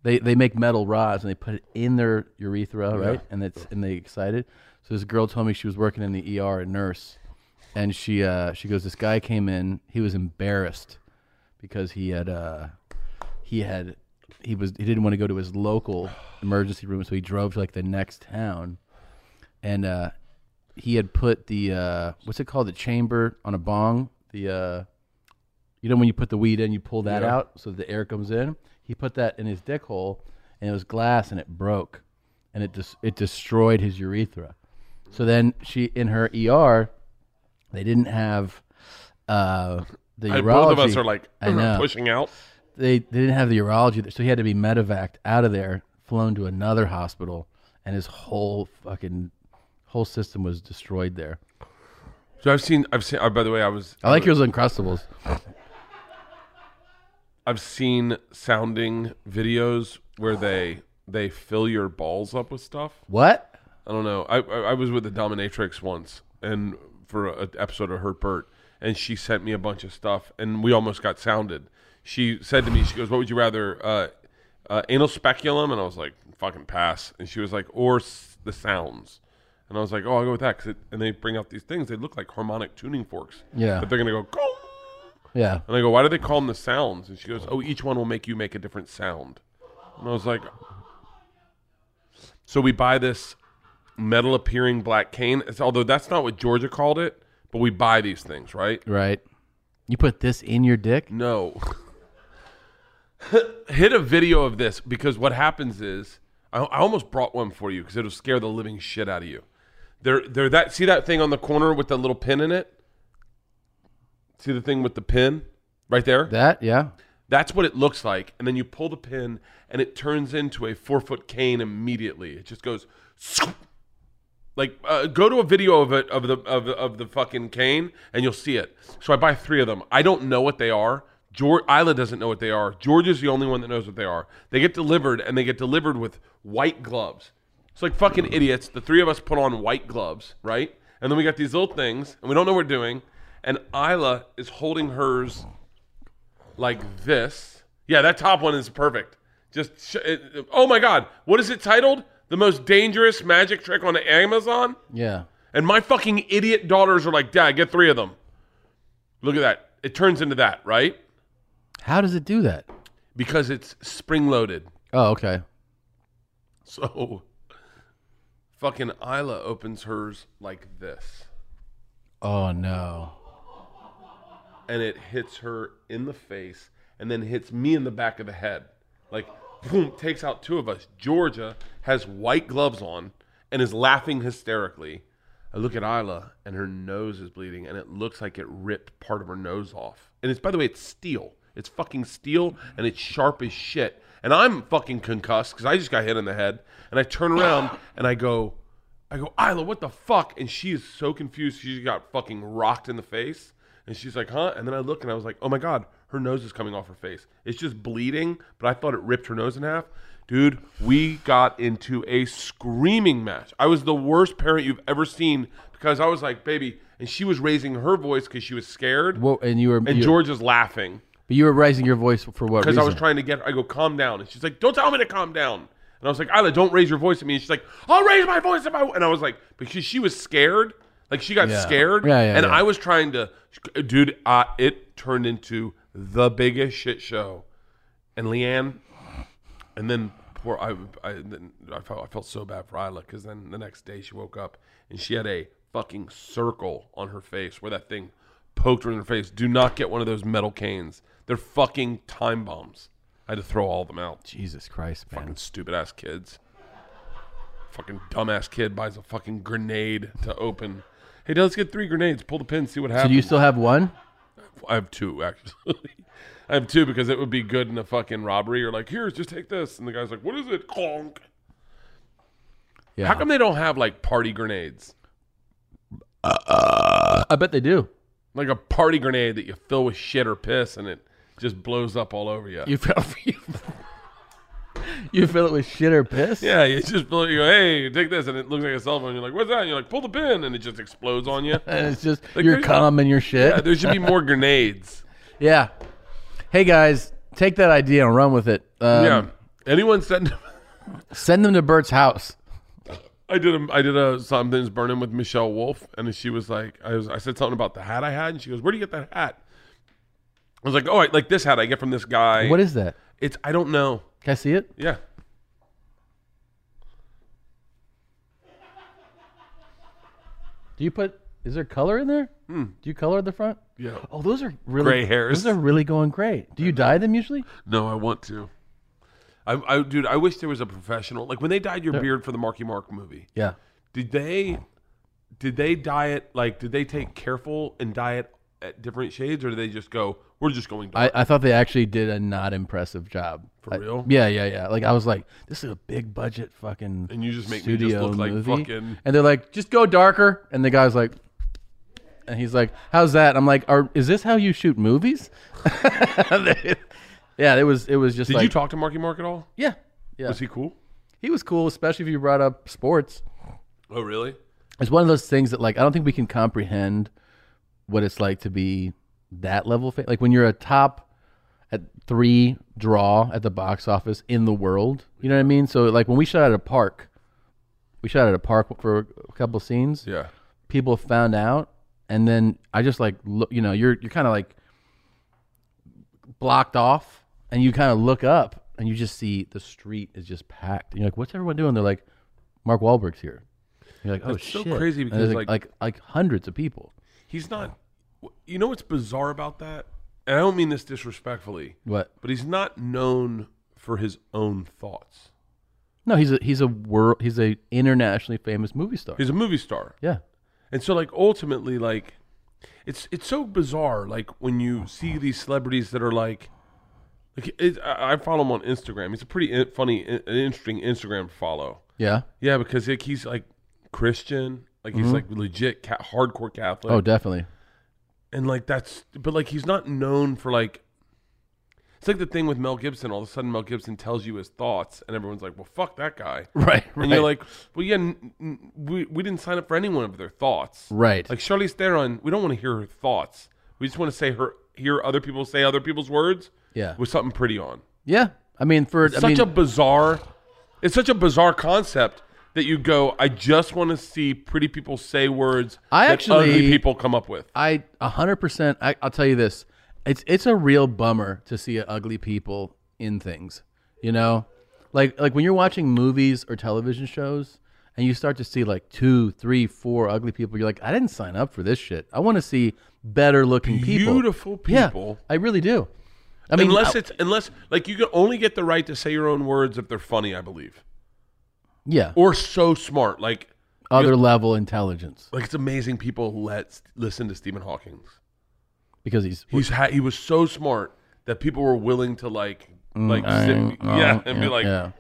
they, they make metal rods and they put it in their urethra, right? And it's, and they excited. So this girl told me she was working in the E ER, a nurse. And she, uh, she goes, this guy came in, he was embarrassed because he had uh, he had he was he didn't want to go to his local emergency room, so he drove to like the next town, and uh, he had put the uh, what's it called the chamber on a bong the uh, you know when you put the weed in you pull that
Yeah.
out so the air comes in. He put that in his dick hole, and it was glass, and it broke, and it just it destroyed his urethra. So then she in her ER, they didn't have uh, the
I-
urology.
both of us are like,
I know.
pushing out.
They they didn't have the urology, so he had to be medevaced out of there, flown to another hospital, and his whole fucking whole system was destroyed there.
So I've seen, I've seen. Oh, by the way, I was.
I like yours Uncrustables.
I've seen sounding videos where they they fill your balls up with stuff.
What?
I don't know. I I, I was with a dominatrix once, and for an episode of Hurt Burt, and she sent me a bunch of stuff, and we almost got sounded. She said to me, she goes, "What would you rather, uh, uh, anal speculum?" And I was like, "Fucking pass." And she was like, "Or s- the sounds." And I was like, "Oh, I'll go with that." 'cause it, and they bring out these things. They look like harmonic tuning forks.
Yeah.
But they're gonna go. "Gong."
Yeah.
And I go, why do they call them the sounds? And she goes, oh, each one will make you make a different sound. And I was like, so we buy this metal appearing black cane. It's, although that's not what Georgia called it, but we buy these things, right?
Right. You put this in your dick?
No. Hit a video of this because what happens is I, I almost brought one for you because it'll scare the living shit out of you. They're, they're that see that thing on the corner with the little pin in it? See the thing with the pin right there?
That yeah.
That's what it looks like. And then you pull the pin and it turns into a four foot cane immediately. It just goes scoop. like uh, go to a video of it of the of, the- of the fucking cane and you'll see it. So I buy three of them. I don't know what they are. George Isla doesn't know what they are. George is the only one that knows what they are. They get delivered and they get delivered with white gloves. It's like fucking idiots. The three of us put on white gloves, right? And then we got these little things and we don't know what we're doing. And Isla is holding hers like this. Yeah, that top one is perfect. Just sh- it, oh my god, what is it titled? The most dangerous magic trick on Amazon?
Yeah.
And my fucking idiot daughters are like, "Dad, get 3 of them." Look at that. It turns into that, right?
How does it do that?
Because it's spring loaded.
Oh, okay.
So fucking Isla opens hers like this
Oh no.
and it hits her in the face and then hits me in the back of the head. Like boom, takes out two of us. Georgia has white gloves on and is laughing hysterically. I look at Isla and her nose is bleeding and it looks like it ripped part of her nose off. And it's by the way, it's steel. It's fucking steel and it's sharp as shit. And I'm fucking concussed because I just got hit in the head. And I turn around and I go, I go, Isla, what the fuck? And she is so confused. She just got fucking rocked in the face. And she's like, huh? And then I look and I was like, oh my God, her nose is coming off her face. It's just bleeding, but I thought it ripped her nose in half. Dude, we got into a screaming match. I was the worst parent you've ever seen because I was like, baby. And she was raising her voice because she was scared.
Well, and you were
and
you-
George is laughing
But you were raising your voice for what
because
reason?
I was trying to get her. I go, calm down. And she's like, don't tell me to calm down. And I was like, Isla, don't raise your voice at me. And she's like, I'll raise my voice at my. And I was like, because she was scared. Like she got
Yeah.
scared.
Yeah, yeah,
And
yeah.
I was trying to, dude, uh, it turned into the biggest shit show. And Leanne, and then poor, I, I, then I, felt, I felt so bad for Isla because then the next day she woke up and she had a fucking circle on her face where that thing poked her in her face. Do not get one of those metal canes. They're fucking time bombs. I had to throw all of them out.
Jesus Christ, man.
Fucking stupid ass kids. Fucking dumbass kid buys a fucking grenade to open. Hey, let's get three grenades. Pull the pin, see what happens.
so do you still have one?
I have two actually. I have two because it would be good in a fucking robbery. You're like, here's, just take this, and the guy's like, what is it? Conk.
Yeah.
How come they don't have like party grenades?
I bet they do.
Like a party grenade that you fill with shit or piss, and it just blows up all over you.
You fill you, you fill it with shit or piss?
yeah, you just blow. You go, hey, take this, and it looks like a cell phone. You're like, what's that? And you're like, pull the pin, and it just explodes on you.
And it's just
Like,
your
there's-
cum and your shit.
Yeah, there should be more grenades.
Yeah. Hey guys, take that idea and run with it. Um,
yeah. Anyone send?
Send them to Bert's house.
I did a I did a something's burning with Michelle Wolf, and she was like, I was I said something about the hat I had, and she goes, "Where do you get that hat?" was like, all right, like this hat I get from this guy.
What is that?
It's I don't know.
Can I see it?
Yeah.
Do you put? Is there color in there? Do you color at the front?
Hmm. Yeah.
Oh, those are really
Gray hairs.
Those are really going great. Do you dye them usually?
No, I want to. I, I dude, I wish there was a professional. Like when they dyed your
There-
beard for the Marky Mark movie.
Yeah.
Did they did they dye it like did they take careful and dye it at different shades or did they just go we're just going dark?
I, I thought they actually did a not impressive job.
For
I-
real?
yeah, yeah, yeah. Like I was like, this is a big budget fucking
And you just make me just
studio
look like
movie.
fucking-
And they're like, just go darker. And the guy's like, and he's like, how's that? I'm like, are is this how you shoot movies? yeah, it was. It was just.
did
like,
you talk to Marky Mark at all?
Yeah. Yeah.
Was he cool?
He was cool, especially if you brought up sports.
Oh really?
It's one of those things that like I don't think we can comprehend what it's like to be that level. Fa- like when you're a top at three draw at the box office in the world. You know what I mean? So like when we shot at a park, we shot at a park for a couple scenes.
Yeah.
People found out, and then I just like look. You know, you're you're kind of like blocked off and you kind of look up and you just see the street is just packed. And you're like, what's everyone doing? They're like, Mark Wahlberg's here. You're like, oh,
That's so
shit.
crazy
And
because,
there's,
like-
like, like, like hundreds of people.
He's not. You know what's bizarre about that? And I don't mean this disrespectfully.
What?
But he's not known for his own thoughts.
No, he's a, he's a world, he's a internationally famous movie star.
He's a movie star.
Yeah.
And so like ultimately like it's it's so bizarre like when you see these celebrities that are like like it, I I follow him on Instagram. He's a pretty in- funny, in- an interesting Instagram follow.
Yeah.
Yeah, because like he's like Christian, like he's
Mhm.
like legit ca- hardcore Catholic.
oh, definitely.
and like that's but like he's not known for like it's like the thing with Mel Gibson. All of a sudden, Mel Gibson tells you his thoughts, and everyone's like, "Well, fuck that guy."
Right,
And you're
right.
like, "Well, yeah, n- n- we we didn't sign up for anyone of their thoughts."
Right.
Like Charlize Theron, we don't want to hear her thoughts. We just want to say her hear other people say other people's words.
Yeah.
With something pretty on.
Yeah. I mean, for,
It's
I
such
mean,
a bizarre. It's such a bizarre concept that you go. I just want to see pretty people say words
I
that
actually-
ugly people come up with.
I a hundred percent. I- I'll tell you this: it's it's a real bummer to see ugly people in things. You know, like like when you're watching movies or television shows, and you start to see like two, three, four ugly people. You're like, I didn't sign up for this shit. I want to see better looking people,
Beautiful
Yeah,
people.
I really do. I mean,
unless
I-
it's unless like you can only get the right to say your own words if they're funny, I believe,
yeah,
or so smart. Like
other level intelligence
like it's amazing people let listen to Stephen Hawking.
because he's
He's ha- he was so smart that people were willing to like
Mm,
like
I-
sit,
oh,
yeah and be like
yeah,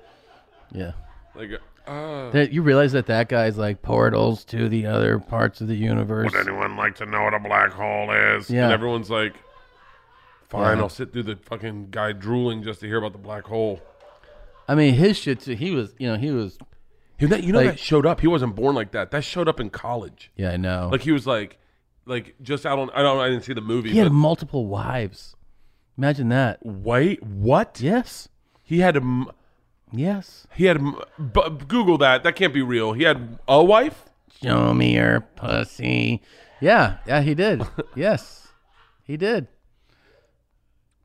yeah.
like uh,
That- you realize that that guy's like portals to the other parts of the universe.
would anyone like to know what a black hole is?
Yeah.
And everyone's like, fine,
Yeah.
I'll sit through the fucking guy drooling just to hear about the black hole.
I mean, his shit too. He was, you know, he was.
You know, you know
Like-
that showed up. He wasn't born like that. That showed up in college.
Yeah, I know.
Like he was like, like just out on. I don't. I didn't see the movie.
he had
but
multiple wives. Imagine that.
wait, what?
Yes.
He had a. m-
Yes.
He had. a m- bu- Google that. That can't be real. He had a wife.
Show me your pussy. Yeah. Yeah, he did. yes. He did.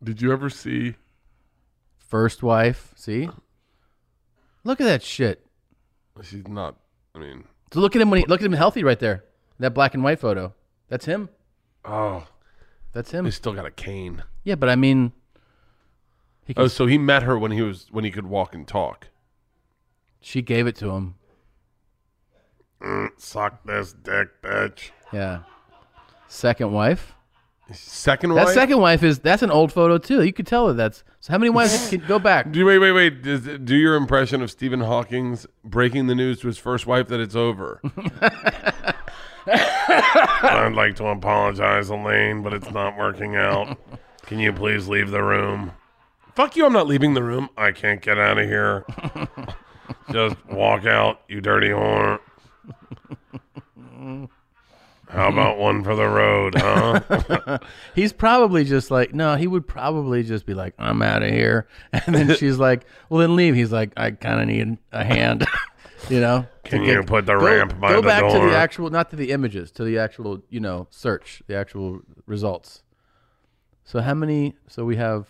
Did you ever see?
First wife. See? Look at that shit.
She's not. I mean,
So look at him when he look at him healthy right there. That black and white photo. That's him.
oh,
That's him.
he still got a cane.
Yeah, but I mean he can,
Oh, so he met her when he was when he could walk and talk.
she gave it to him.
Mm, Suck this dick, bitch.
Yeah. Second wife.
Second
That
wife.
second wife is that's an old photo too. You could tell that that's so. How many wives can go back?
Do wait, wait, wait. Does, do your impression of Stephen Hawking's breaking the news to his first wife that it's over. I'd like to apologize, Elaine, but it's not working out. Can you please leave the room? Fuck you! I'm not leaving the room. I can't get out of here. Just walk out, you dirty whore. How about one for the road, huh?
He's probably just like, no, he would probably just be like, I'm out of here. And then she's like, well, then leave. He's like, I kind of need a hand, you know? to
Can you put the
go,
ramp by
Go
the
back to
door?
the actual, not to the images, to the actual, you know, search, the actual results. So how many? So we have.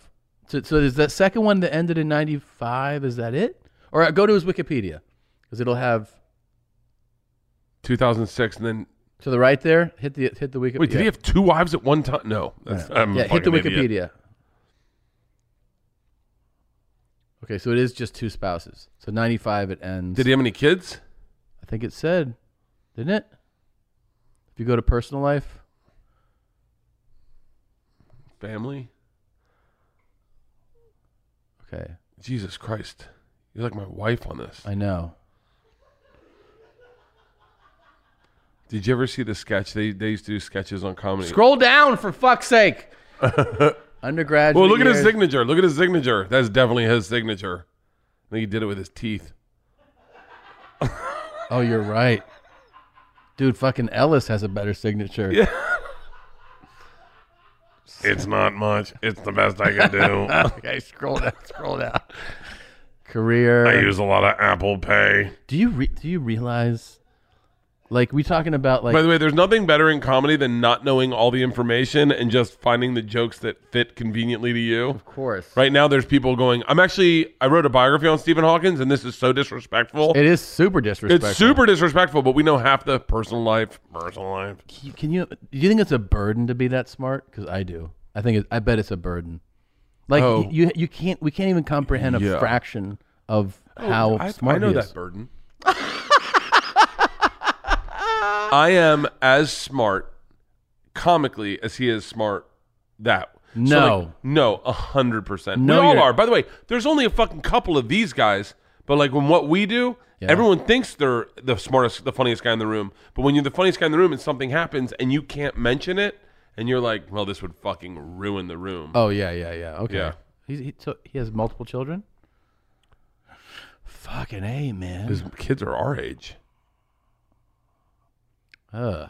So, so is that second one that ended in ninety five? Is that it? Or uh, go to his Wikipedia, because it'll have
2006, and then
to the right there. Hit the hit the Wikipedia.
wait, did he have two wives at one time? No, that's,
Yeah.
I'm a
yeah, hit the
fucking idiot.
Wikipedia. Okay, so it is just two spouses. So ninety five it ends.
Did he have any kids?
I think it said, didn't it? If you go to personal life,
Family.
Okay.
Jesus Christ, you're like my wife on this.
I know.
Did you ever see the sketch? They they used to do sketches on comedy.
Scroll down for fuck's sake. Undergraduate.
Well, look at his
years.
signature. Look at his signature. That's definitely his signature. I think he did it with his teeth.
Oh, you're right. Dude, fucking Ellis has a better signature.
Yeah. It's not much. It's the best I can do.
okay, scroll down, scroll down. Career.
I use a lot of Apple Pay.
Do you re- do you realize like we talking about like
By the way, there's nothing better in comedy than not knowing all the information and just finding the jokes that fit conveniently to you. Of
course.
Right now, there's people going, I'm actually, I wrote a biography on Stephen Hawkins, and this is so disrespectful.
it is super disrespectful.
It's super disrespectful, but we know half the personal life. Personal life.
Can you- Can you do you think it's a burden to be that smart? Cuz I do. I think it, I bet it's a burden. Like
Oh.
y- you you can't we can't even comprehend a
Yeah.
fraction of
Oh,
how
I,
smart
I know
he is.
that burden. I am as smart comically as he is smart that. So, like,
No.
no, a hundred percent. We
No,
all
you're-
are. By the way, there's only a fucking couple of these guys, but like when what we do, everyone thinks they're the smartest, the funniest guy in the room. But when you're the funniest guy in the room and something happens and you can't mention it, and you're like, well, this would fucking ruin the room.
Oh yeah, yeah, yeah. Okay.
Yeah.
He's, he so he has multiple children. Fucking a man.
His kids are our age.
Ugh.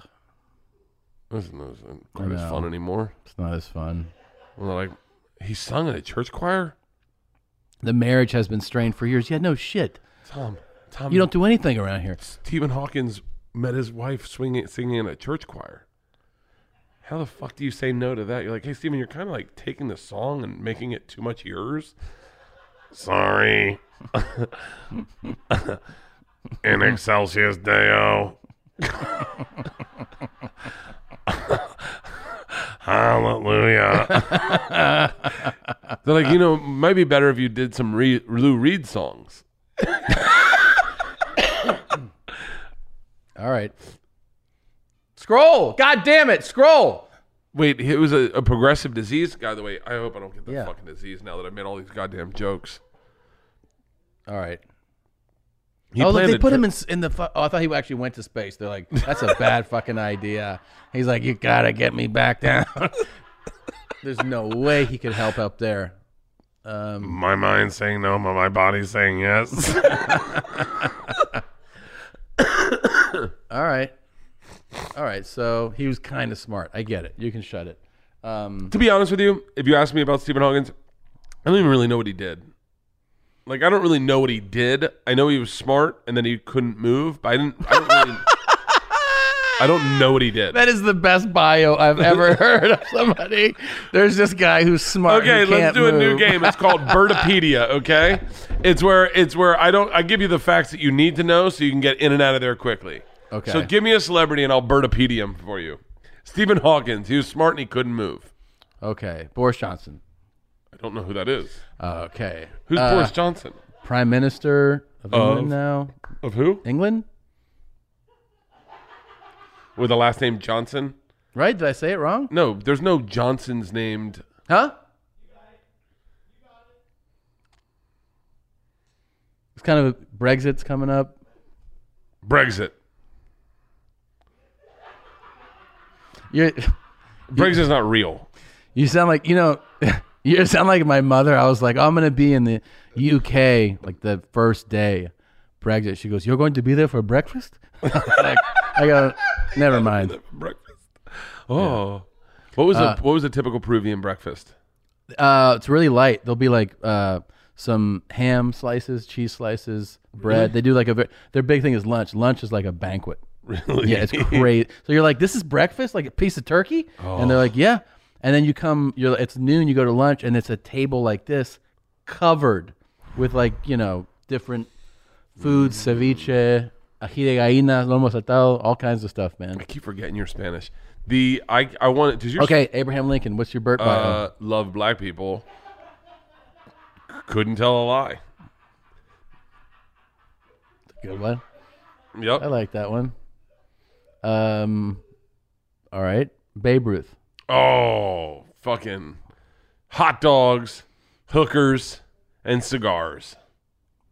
This is not
I
quite as
know.
fun anymore.
It's not as fun.
Well, they're like, he sung in a church choir?
The marriage has been strained for years. Yeah, no shit.
Tom, Tom.
You don't do anything around here.
Stephen Hawkins met his wife swinging, singing in a church choir. How the fuck do you say no to that? You're like, hey, Stephen, you're kind of like taking the song and making it too much yours. Sorry. in oh. excelsis Deo. Hallelujah. They're like, you know, it might be better if you did some Re- Lou Reed songs.
All right. Scroll. God damn it. Scroll.
Wait, it was a, a progressive disease? By the way, I hope I don't get that
Yeah.
fucking disease now that I made all these goddamn jokes.
All right.
He
oh, look, they
planted
put
tr-
him in, s- in the. Fu- oh, I thought he actually went to space. They're like, that's a bad fucking idea. He's like, you gotta get me back down. There's no way he could help up there. Um,
My mind's saying no, but my body's saying yes.
All right. All right. So he was kind of smart. I get it. You can shut it. Um,
to be honest with you, if you ask me about Stephen Hawkins, I don't even really know what he did. Like, I don't really know what he did. I know he was smart and then he couldn't move, but I didn't. I don't really. I don't know what he did.
that is the best bio I've ever heard of somebody. There's this guy who's smart. who
Okay,
Uh, can't
let's do a new
move.
game. It's called Birdopedia. Okay, it's where it's where I don't I give you the facts that you need to know so you can get in and out of there quickly.
Okay.
So give me a celebrity and I'll Birdopedia him for you. Stephen Hawkins. He was smart and he couldn't move.
Okay. Boris Johnson.
I don't know who that is.
Okay.
Who's
Uh,
Boris Johnson?
Prime Minister of England
Of-
now.
Of who?
England?
With the last name Johnson?
Right? Did I say it wrong?
No, there's no Johnsons named.
Huh? It's kind of Brexit's coming up.
Brexit.
You're.
Brexit's not real.
You sound like you know. You sound like my mother. I was like, I'm gonna be in the UK like the first day, Brexit. She goes, "You're going to be there for breakfast?" like, I go, "Never mind."
Breakfast. Oh. What was
Uh,
a what was a typical Peruvian breakfast?
Uh, it's really light. There'll be like uh, some ham slices, cheese slices, bread.
Really?
They do like a ve- their big thing is lunch. Lunch is like a banquet.
Really? Oh.
Yeah, it's crazy. so you're like, "This is breakfast, like a piece of turkey," and they're like, "Yeah." And then you come, you're it's noon, you go to lunch, and it's a table like this, covered with like you know different
Mm.
foods, ceviche, ají de gallina, lomo saltado, all kinds of stuff, man. I
keep forgetting your Spanish. The I I want does your
okay Abraham Lincoln? What's your Burt bio?
uh, love black people. Couldn't tell a lie.
Good one.
Yep.
I like that one. Um, all right, Babe Ruth.
Oh, fucking hot dogs, hookers, and cigars,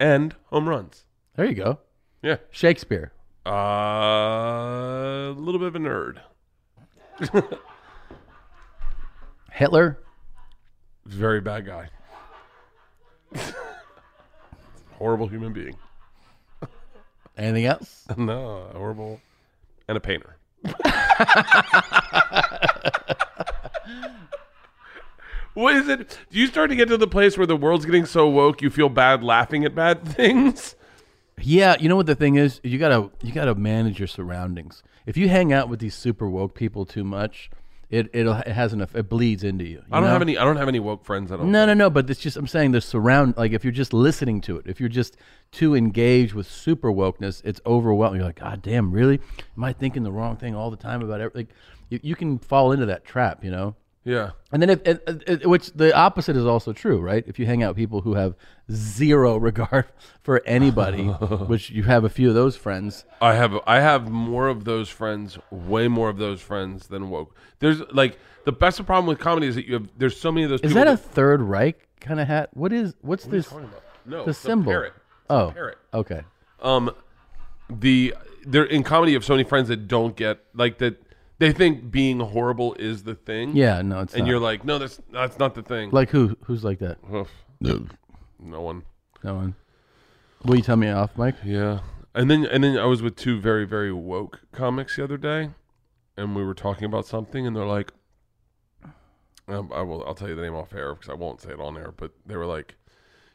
and home runs.
There you go.
Yeah.
Shakespeare.
Uh, a little bit of a nerd.
Hitler.
Very bad guy. Horrible human being.
Anything else?
No, horrible. And a painter. what is it? Do you start to get to the place where the world's getting so woke you feel bad laughing at bad things?
Yeah, you know what the thing is? You gotta you gotta manage your surroundings. If you hang out with these super woke people too much, it it'll, it has enough. It bleeds into you. you
I don't
know?
have any I don't have any woke friends at all.
No, no, no. But it's just I'm saying the surround. Like if you're just listening to it, if you're just too engaged with super wokeness, it's overwhelming. You're like, God damn, really? Am I thinking the wrong thing all the time about everything? Like, you, you can fall into that trap, you know.
Yeah.
And then if and, and- and- which the opposite is also true, right? If you hang out with people who have zero regard for anybody, which you have a few of those friends.
I have I have more of those friends, way more of those friends than woke. There's like the best problem with comedy is that you have there's so many of those
Is
people
that a Third Reich kind of hat? What is what's
What are you
this?
talking about? No,
the
it's a
symbol.
parrot. It's a
oh,
parrot.
okay.
um the they're in comedy you have so many friends that don't get like that they think being horrible is the thing
Yeah, no, it's
and
not.
you're like no that's that's not the thing
Like who? Who's like that?
Oof. no one
No one. Will you tell me off, Mike?
Yeah. and then and then i was with two very very woke comics the other day and we were talking about something and they're like um, i will i'll tell you the name off air because i won't say it on air but they were like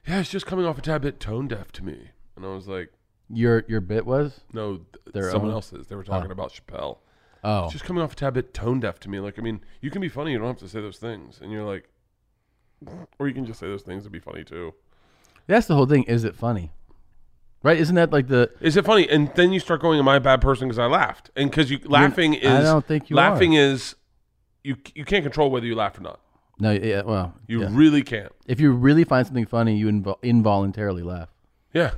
yeah it's just coming off a tad bit tone deaf to me and i was like
Your your bit was
No, th-
Their
someone
own?
else's. They were talking
Oh.
about Chappelle.
Oh.
It's just coming off a tad bit tone deaf to me. Like, I mean, you can be funny, you don't have to say those things. And you're like, or you can just say those things and be funny too.
That's the whole thing. Is it funny? Right? Isn't that like the
Is it funny? And then you start going, am I a bad person because I laughed? And because you laughing is,
I don't think you
laughing is, you you can't control whether you laugh or not.
no? Yeah. Well,
You
yeah.
really can't.
If you really find something funny, you invo- involuntarily laugh.
Yeah,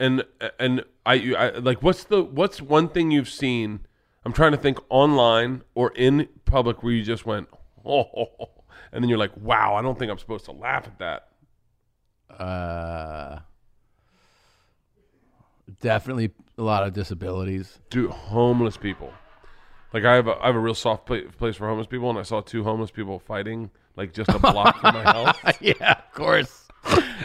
and and I, you- I like what's the what's one thing you've seen? I'm trying to think online or in public where you just went oh, and then you're like, wow, I don't think I'm supposed to laugh at that.
Uh, definitely a lot of disabilities.
Dude, homeless people. Like I have a I have a real soft pla- place for homeless people, and I saw two homeless people fighting like just a block from my house.
yeah, of course.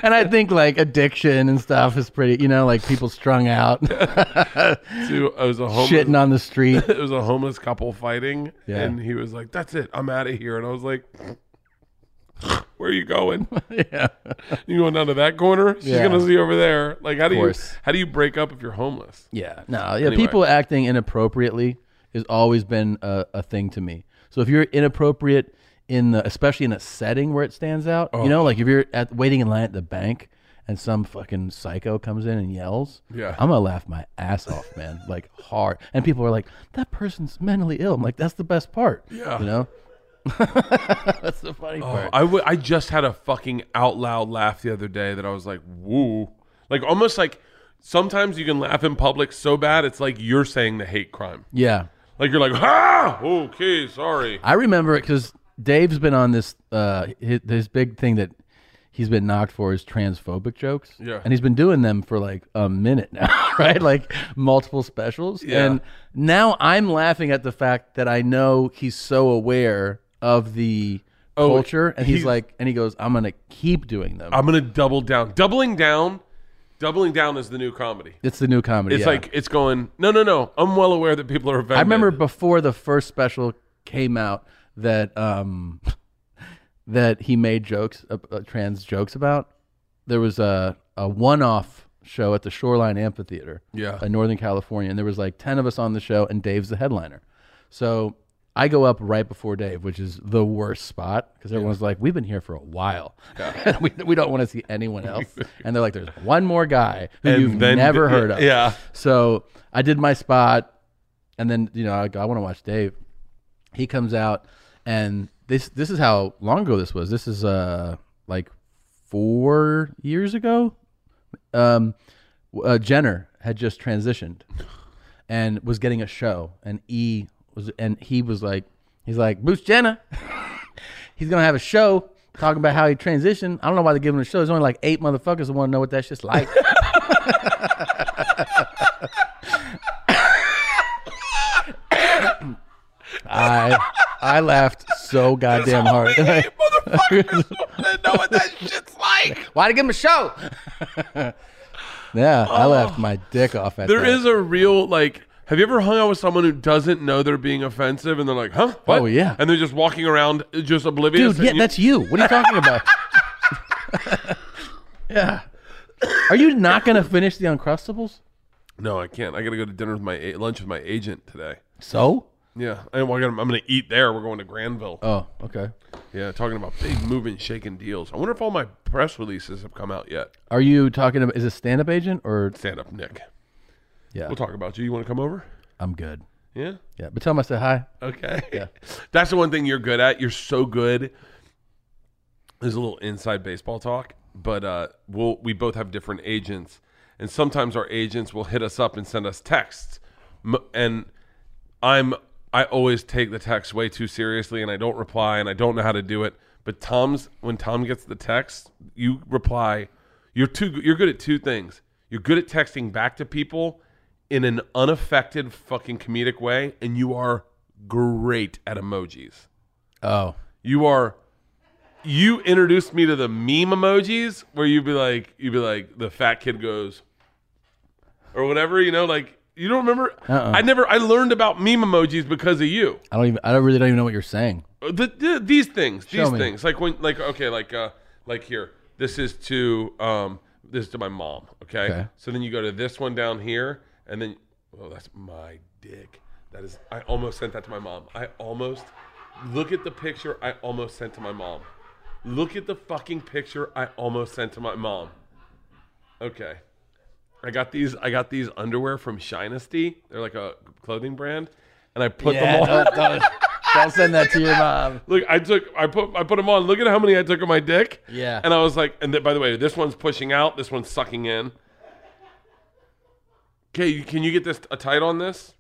and I think like addiction and stuff is pretty, you know, like people strung out,
Dude, I was a homeless,
shitting on the street.
it was a homeless couple fighting,
Yeah.
and he was like, "That's it, I'm out of here." And I was like, "Where are you going?
yeah,
you going down to that corner? She's
Yeah.
gonna see over there. Like, how do you
course.
how do you break up if you're homeless?
Yeah, no, yeah.
Anyway.
People acting inappropriately has always been a, a thing to me. So if you're inappropriate in the, especially in a setting where it stands out, you
Oh.
know, like if you're at waiting in line at the bank and some fucking psycho comes in and yells,
Yeah.
I'm gonna laugh my ass off, man, like hard. And people are like, that person's mentally ill. I'm like, that's the best part.
Yeah.
you know, that's the funny
Oh,
part.
I w- I just had a fucking out loud laugh the other day that I was like, "Woo!" Like almost like sometimes you can laugh in public so bad it's like you're saying the hate crime.
yeah.
Like you're like, "Ah, okay, sorry."
I remember it because Dave's been on this uh his, his big thing that he's been knocked for is transphobic jokes.
Yeah.
and he's been doing them for like a minute now, right? Like multiple specials.
Yeah.
And now I'm laughing at the fact that I know he's so aware of the
Oh,
culture, and he's,
he's-
like, and he goes, "I'm gonna keep doing them."
I'm gonna double down. Doubling down, doubling down is the new comedy.
it's the new comedy.
It's
yeah.
like it's going. No, no, no. I'm well aware that people are offended.
I remember before the first special came out that um that he made jokes uh, uh, trans jokes about. There was a a one off show at the Shoreline Amphitheater,
Yeah.
in Northern California, and there was like ten of us on the show, and Dave's the headliner. So I go up right before Dave, which is the worst spot because everyone's like, "We've been here for a while. we, we don't want to see anyone else." and they're like, "There's one more guy who
And
you've
then-
never heard of."
yeah.
So I did my spot, and then you know I, go, I want to watch Dave. He comes out, and this this is how long ago this was. This is uh like four years ago. Um, uh, Jenner had just transitioned, and was getting a show, and E was and he was like he's like Bruce Jenner. he's gonna have a show talking about how he transitioned. I don't know why they give him a show. There's only like eight motherfuckers that want to know what that shit's like. I I laughed so goddamn hard. Why'd I give him a show? yeah, I laughed my dick off at
There
that.
is a real like. Have you ever hung out with someone who doesn't know they're being offensive, and they're like, "Huh? What?"
Oh, yeah.
and they're just walking around just oblivious.
Dude, yeah,
and you-
that's you. What are you talking about? yeah. Are you not going to finish the Uncrustables?
No, I can't. I gotta go to dinner with my a- lunch with my agent today.
So?
Yeah, I, well, I gotta, I'm gonna eat there. We're going to Granville.
Oh, okay.
Yeah, talking about big moving, shaking deals. I wonder if all my press releases have come out yet.
Are you talking about, is it stand up agent or?
Stand up, Nick.
Yeah.
We'll talk about you. You want to come over?
I'm good.
Yeah.
Yeah, but tell him I said hi.
Okay.
Yeah.
That's the one thing you're good at. You're so good. There's a little inside baseball talk, but uh, we'll, we both have different agents, and sometimes our agents will hit us up and send us texts, M- and I'm I always take the text way too seriously, and I don't reply, and I don't know how to do it. But Tom's when Tom gets the text, you reply. You're too g- you're good at two things. You're good at texting back to people in an unaffected fucking comedic way, and you are great at emojis.
Oh.
You are you introduced me to the meme emojis where you'd be like you'd be like the fat kid goes or whatever, you know, like you don't remember
Uh-uh.
I never I learned about meme emojis because of you.
I don't even, I don't really don't even know what you're saying.
Uh, The, the, these things,
Show
these
me.
things. Like when like okay, like uh like here. This is to um this is to my mom, okay?
Okay.
So then you go to this one down here and then oh, that's my dick. That is I almost sent that to my mom. I almost look at the picture I almost sent to my mom. Look at the fucking picture I almost sent to my mom. Okay. I got these I got these underwear from Shinesty. They're like a clothing brand and I put
Yeah,
them on.
don't- don't- don't send that to your mom.
Look, I took, I put, I put them on. Look at how many I took on my dick.
Yeah.
And I was like, and th- by the way, this one's pushing out, this one's sucking in. Okay, can you get this a tight on this?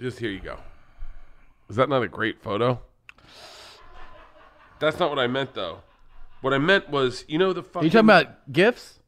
Just here you go. Is that not a great photo? That's not what I meant though. What I meant was, you know, the fucking.
Are you talking about gifts?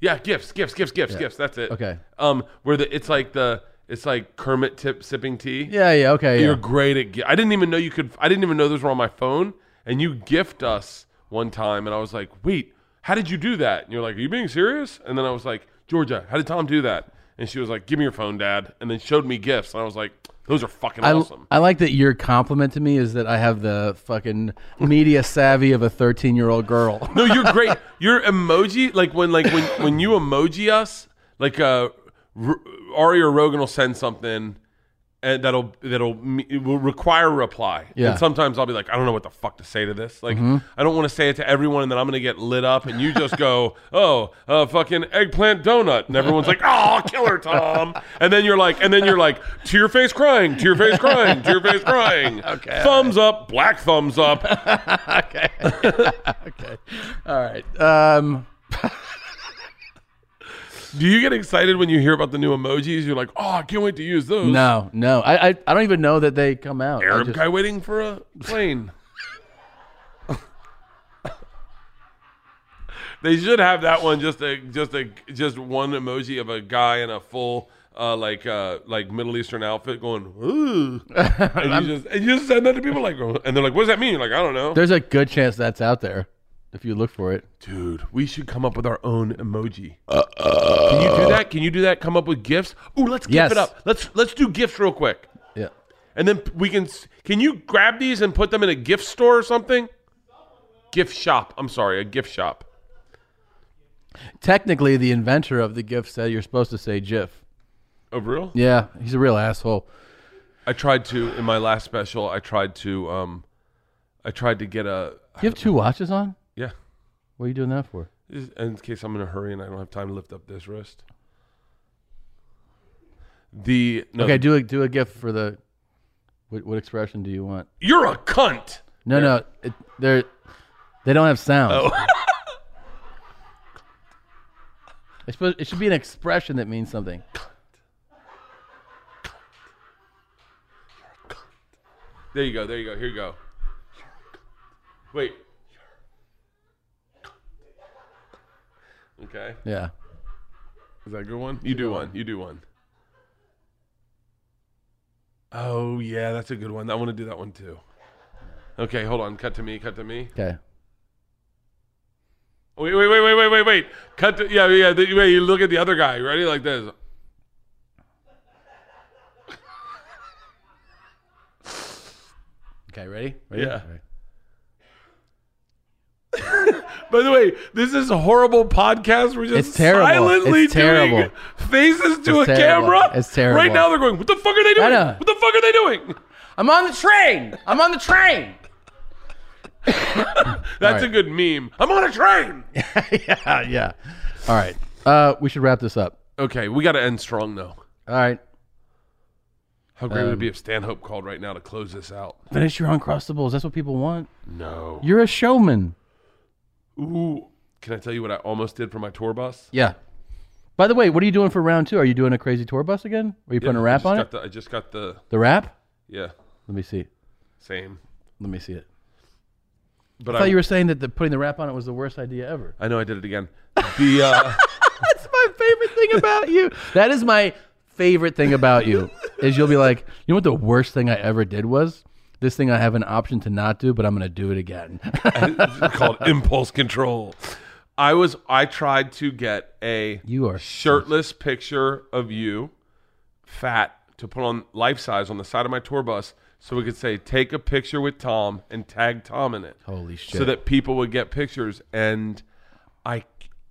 Yeah, gifts, gifts, gifts, gifts,
Yeah.
gifts. That's it.
Okay.
Um, where the it's like the it's like Kermit tip sipping tea.
Yeah, yeah, okay,
You're
yeah.
great at. gi- I didn't even know you could. I didn't even know those were on my phone. And you gift us one time, and I was like, wait, how did you do that? And you're like, are you being serious? And then I was like, Georgia, how did Tom do that? And she was like, give me your phone, Dad. And then showed me gifts, and I was like, those are fucking
I,
awesome.
I like that your compliment to me is that I have the fucking media savvy of a 13 year old girl.
No, you're great. Your emoji, like when, like when, when you emoji us, like uh, R- Ari or Rogan will send something, and that'll that'll me- it will require a reply.
Yeah.
And sometimes I'll be like, I don't know what the fuck to say to this. Like,
Mhm.
I don't want to say it to everyone, and then I'm gonna get lit up, and you just go, oh, uh, fucking eggplant donut, and everyone's like, oh, killer Tom, and then you're like, and then you're like, to your face crying, to your face crying, to your face crying. Okay. Thumbs up, black thumbs up.
okay. okay. All right. Um,
Do you get excited when you hear about the new emojis? You're like, oh, I can't wait to use those.
no, no. I, I, I don't even know that they come out. I
Arab
just-
guy waiting for a plane. they should have that one just a just a just one emoji of a guy in a full uh, like uh, like Middle Eastern outfit going ooh, and you just and you just send that to people like, "Oh," and they're like, what does that mean? You're like, I don't know.
There's a good chance that's out there if you look for it.
Dude, we should come up with our own emoji. Can you do that? Can you do that? Come up with gifts. Ooh, let's gift
Yes.
it up. Let's let's do gifts real quick.
Yeah.
And then we can. Can you grab these and put them in a gift store or something? Gift shop. I'm sorry, a gift shop.
Technically, the inventor of the gift said you're supposed to say GIF.
Oh, real?
Yeah, he's a real asshole.
I tried to in my last special. I tried to um, I tried to get a
you have two watches on?
Yeah.
What are you doing that for?
Is- in case I'm in a hurry and I don't have time to lift up this wrist. The no,
okay, do a do a gift for the. What, what expression do you want?
You're a cunt.
No, no, it, they're they don't have sound.
Oh.
I suppose it should be an expression that means something.
There you go. There you go. Here you go. Wait. Okay.
Yeah.
Is that a good one? You do one. You do one. Oh yeah, that's a good one. I want to do that one too. Okay, hold on. Cut to me. Cut to me.
Okay.
Wait, wait, wait, wait, wait, wait, wait. Cut to yeah, yeah. The, wait, you look at the other guy. Ready? Like this.
Okay, ready? ready?
Yeah. By the way, this is a horrible podcast. We're just
It's terrible.
silently
It's terrible.
doing faces to
It's
a
terrible.
camera.
It's terrible.
Right now they're going, "What the fuck are they doing?
know.
What the fuck are they doing?"
I'm on the train. I'm on the train.
That's a good meme. I'm on a train.
yeah, yeah. All right. Uh, we should wrap this up.
Okay, we got to end strong though.
All right.
How great would
Um,
it be if Stanhope called right now to close this out?
Finish your uncrustables. That's what people want.
No.
You're a showman.
Ooh. Can I tell you what I almost did for my tour bus?
Yeah. By the way, what are you doing for round two? Are you doing a crazy tour bus again? Are you putting
Yeah,
a
I
wrap
just
on
got
it?
The, I just got the
The wrap?
yeah
Let me see.
same.
Let me see it.
But
I thought you were saying that the, putting the wrap on it was the worst idea ever.
I know I did it again. The uh,
That's my favorite thing about you. That is my favorite thing about you is you'll be like, you know what the worst thing I ever did was this thing I have an option to not do, but I'm gonna do it again.
called impulse control. I was I tried to get a
You are
shirtless picture of you, fat, to put on life size on the side of my tour bus, so we could say take a picture with Tom and tag Tom in it.
Holy shit!
so that people would get pictures and i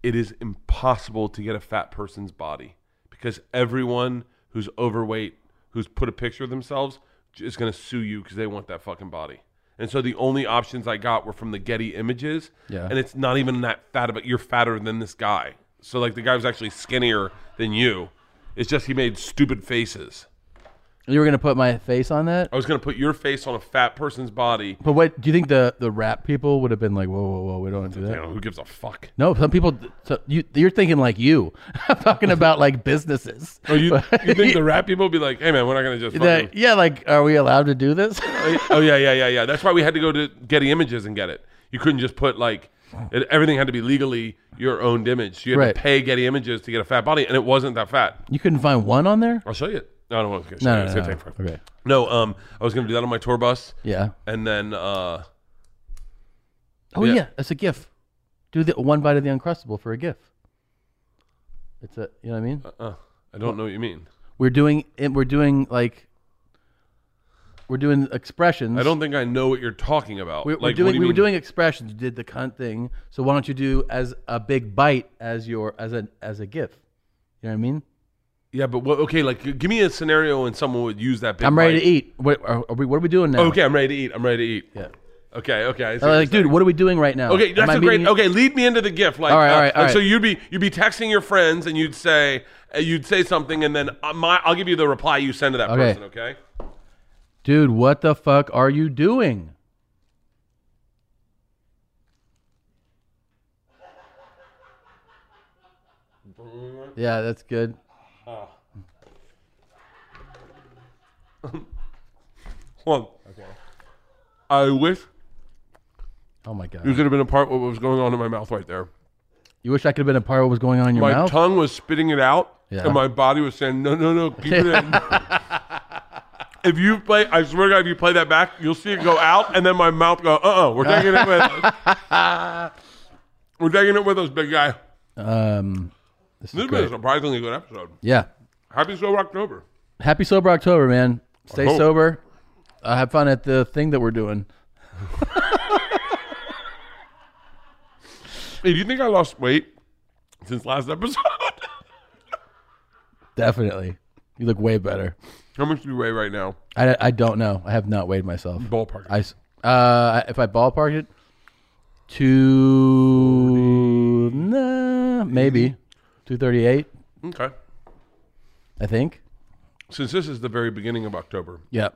it is impossible to get a fat person's body because everyone who's overweight who's put a picture of themselves j- is going to sue you because they want that fucking body and so the only options i got were from the getty images
Yeah.
and it's not even that fat but you're fatter than this guy so like the guy was actually skinnier than you it's just he made stupid faces
you were gonna put my face on that.
i was going to put your face on a fat person's body
But what do you think the the rap people would have been like? Whoa, whoa, whoa! We don't do
you
that.
know, who gives a fuck
No, some people. So you, you're thinking like you. I'm talking about like businesses.
Oh, you, you think the rap people be like, hey man, we're not gonna just
That-
fucking...
yeah, like, are we allowed to do this?
oh yeah yeah yeah yeah. That's why we had to go to Getty Images and get it. You couldn't just put like it, everything had to be legally your owned image. You had
Right.
to pay Getty Images to get a fat body, and it wasn't that fat.
you couldn't find one on there.
I'll show you. it. No, I don't want to show
No,
you.
no,
It's
no,
gonna
no.
take forever.
Okay.
No, um, I was gonna do that on my tour bus,
Yeah.
and then uh,
Oh
Yeah.
yeah, it's a GIF. Do the one bite of the uncrustable for a GIF. It's a you know what I mean.
uh, I don't know what you mean.
We're doing it. We're doing like. We're doing expressions.
I don't think I know what you're talking about.
We,
like,
we're
what
doing.
do you
we were
mean?
doing expressions. You did the cunt thing. So why don't you do as a big bite as your as a as a GIF? You know what I mean?
Yeah, but what, okay, like, g- give me a scenario when someone would use that. Big
I'm ready to
mic.
eat. What are, are we? What are we doing now?
Okay, I'm ready to eat. I'm ready to eat.
Yeah.
Okay. Okay. I see what
Uh,
you're
like, dude,
saying.
what are we doing right now?
Okay,
Oh. Am
that's
I
a great.
meeting you-
Okay, lead me into the gift. Like,
All right,
uh,
all right, all
like, so
right.
you'd be you'd be texting your friends, and you'd say uh, you'd say something, and then uh, my I'll give you the reply you send to that
Okay.
person. Okay.
Dude, what the fuck are you doing? Yeah, that's good.
Well, I wish
Oh my
you
god.
could have been a part of what was going on in my mouth right there.
You wish I could have been a part of what was going on in your
my
mouth?
tongue was spitting it out,
Yeah.
and my body was saying, "No, no, no, keep it in." if you play, I swear to God, if you play that back, you'll see it go out, and then my mouth go, "Uh, uh we're taking it with us. we're taking it with us, big guy."
um this is
This has been a
great.
surprisingly good episode.
Yeah.
Happy Sober October.
Happy sober October, man. Stay
hope.
sober. Uh, have fun at the thing that we're doing.
Hey, do you think I lost weight since last episode?
Definitely. You look way better.
How much do you weigh right now?
I, I don't know. I have not weighed myself.
Ballpark.
I s- uh, if I ballpark it, two nah, maybe two thirty eight.
Okay.
I think.
Since this is the very beginning of October.
Yep.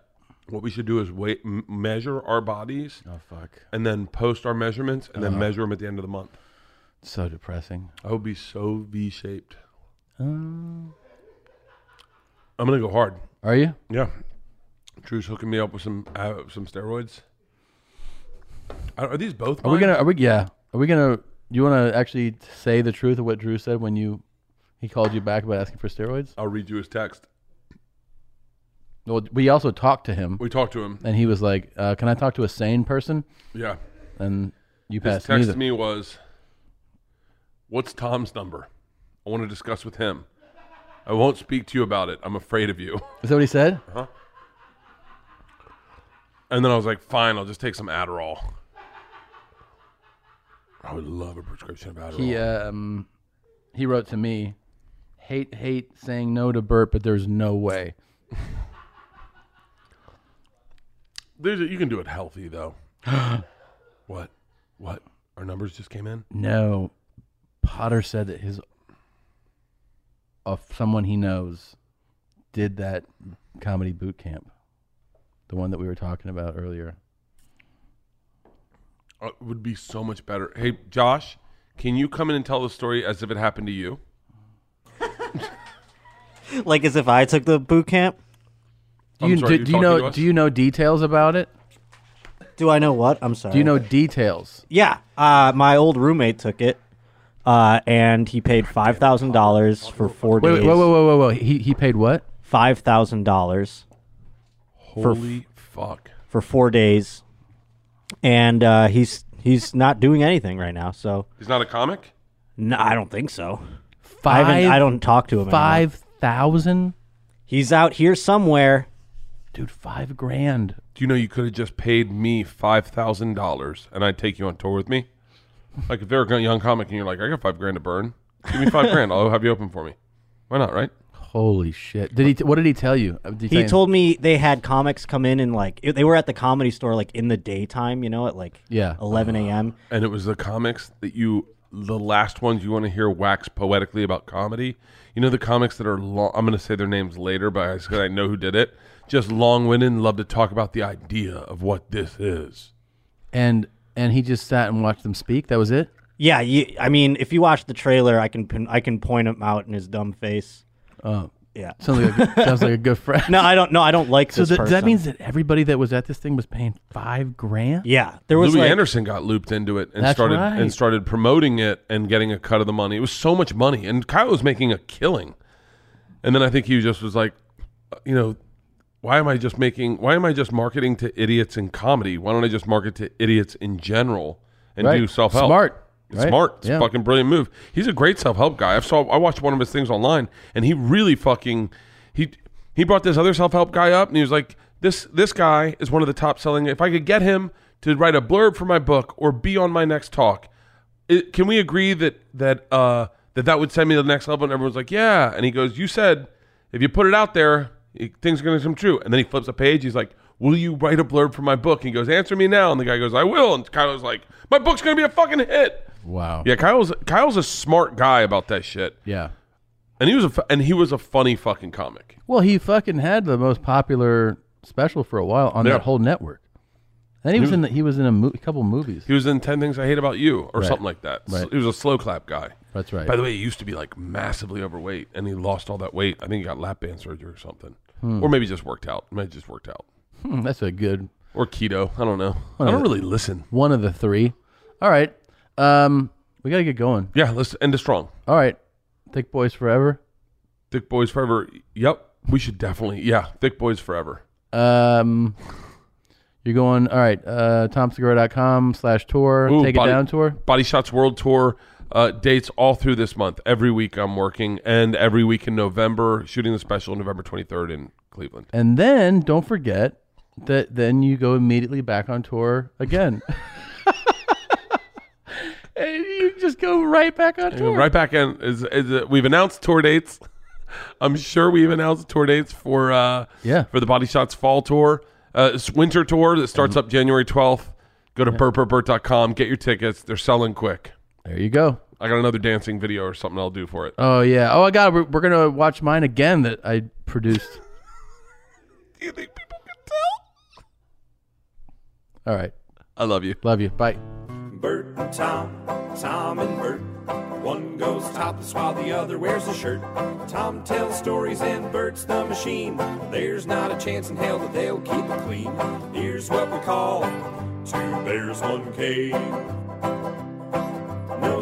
What we should do is wait, m- measure our bodies.
Oh fuck.
And then post our measurements and
Uh-huh.
then measure them at the end of the month.
So depressing.
I would be so V shaped.
Um,
I'm gonna go hard.
Are you?
Yeah. Drew's hooking me up with some uh, some steroids. Are, are these both?
Are we
mine?
gonna? Are we? Yeah. Are we gonna? You want to actually say the truth of what Drew said when you he called you back about asking for steroids?
I'll read you his text.
Well, we also talked to him.
We talked to him.
and he was like, uh, "Can I talk to a sane person?"
Yeah.
And you
His
passed
text
me.
to
the-
me was, "What's Tom's number? I want to discuss with him. I won't speak to you about it. I'm afraid of you."
Is that what he said?
Huh? And then I was like, "Fine, I'll just take some Adderall." I would love a prescription of Adderall.
He um, he wrote to me, "Hate hate saying no to Bert, but there's no way."
There's a, you can do it healthy though. what? What? Our numbers just came in.
No, Potter said that his of someone he knows did that comedy boot camp, the one that we were talking about earlier.
Uh, It would be so much better. Hey, Josh, can you come in and tell the story as if it happened to you?
like as if I took the boot camp.
Do you, do, do you know? Do you know details about it?
Do I know what? I'm sorry.
Do you know details?
Yeah, uh, my old roommate took it, uh, and he paid five thousand dollars for four
Wait, wait,
days.
whoa, whoa, whoa, whoa, whoa! He he paid what?
Five thousand dollars.
Holy fuck.
For four days, and uh, he's he's not doing anything right now. So
He's not a comic.
no, I don't think so.
Five,
I, haven't- I don't talk to him. anymore.
Five thousand,
He's out here somewhere.
dude. Five grand.
Do you know you could have just paid me five thousand dollars and I'd take you on tour with me? Like if they're a young comic and you're like, I got five grand to burn, give me five grand. I'll have you open for me. Why not? Right?
Holy shit! Did he? T- what did he tell you? Uh, Did
He
tell you-
told me they had comics come in and like it- they were at the comedy store like in the daytime, you know, at like
Yeah.
11 a.m.
And it was the comics that you, the last ones you want to hear wax poetically about comedy. You know the comics that are long. I'm going to say their names later, but I, just- I know who did it. Just long-winded and love to talk about the idea of what this is.
and and he just sat and watched them speak. That was it.
Yeah, you, I mean, if you watch the trailer, I can pin, I can point him out in his dumb face.
Oh,
yeah,
sounds like a good- sounds like a good friend.
No, I don't. No, I don't like
so
this
that,
person.
that means that everybody that was at this thing was paying five grand.
Yeah,
Louis Anderson got looped into it and
That's
started
right.
and started promoting it and getting a cut of the money. It was so much money, and Kyle was making a killing. And then I think he just was like, uh, you know, why am I just making? Why am I just marketing to idiots in comedy? Why don't I just market to idiots in general and
Right.
do self help?
Smart, right?
smart. It's
Yeah.
a fucking brilliant move. He's a great self help guy. I saw. I watched one of his things online, and he really fucking he he brought this other self help guy up, and he was like, "This this guy is one of the top selling. If I could get him to write a blurb for my book or be on my next talk, it, can we agree that that uh that that would send me to the next level?" And everyone's like, "Yeah." And he goes, "You said if you put it out there, it- things are going to come true." And then he flips a page. He's like. Will you write a blurb for my book? And he goes, answer me now. And the guy goes, I will. And Kylo's like, my book's going to be a fucking hit.
Wow.
Yeah, Kyle's Kyle's a smart guy about that shit.
Yeah.
And he was a fu- and he was a funny fucking comic.
Well, he fucking had the most popular special for a while on
Yeah.
that whole network. Then he,
He
was,
was-
in the, he was in a, mo- a couple movies.
He was in Ten Things I Hate About You or
Right.
something like that.
Right.
He was a slow clap guy.
That's right.
By the way, he used to be like massively overweight, and he lost all that weight. I think he got lap band surgery or something,
Hmm.
or maybe just worked out. Maybe just worked out
Hmm, that's a good.
or keto. I don't know.
one
I
of
don't
the-
really listen.
One of the three. All right. Um, we gotta get going.
Yeah, let's end it strong.
All right. Thick boys forever.
Thick boys forever. Yep, we should definitely. Yeah, thick boys forever.
Um, you're going. All right. Uh, tomsegura.com slash tour.
Ooh,
Take
Body-
it down tour.
Body Shots World Tour uh, dates all through this month. Every week I'm working, and every week in November, shooting the special November 23rd in Cleveland.
And then don't forget that then you go immediately back on tour again. and you just go right back on
And
tour. Hmm.
right back in. Is, is it, we've announced uh, tour dates. I'm sure we've announced tour dates for uh,
yeah
for the Body Shots Fall Tour, uh, it's Winter Tour that starts up January 12th. Go to burtburtburt.com, get your tickets. They're selling quick.
There you go.
I got another dancing video or something I'll do for it.
Oh yeah. Oh, I got. We're, we're gonna watch mine again that I produced. All right.
I love you.
Love you. Bye.
Bert and Tom, Tom and Bert. One goes topless while the other wears a shirt. Tom tells stories and Bert's the machine. There's not a chance in hell that they'll keep it clean. Here's what we call two bears, one cave. No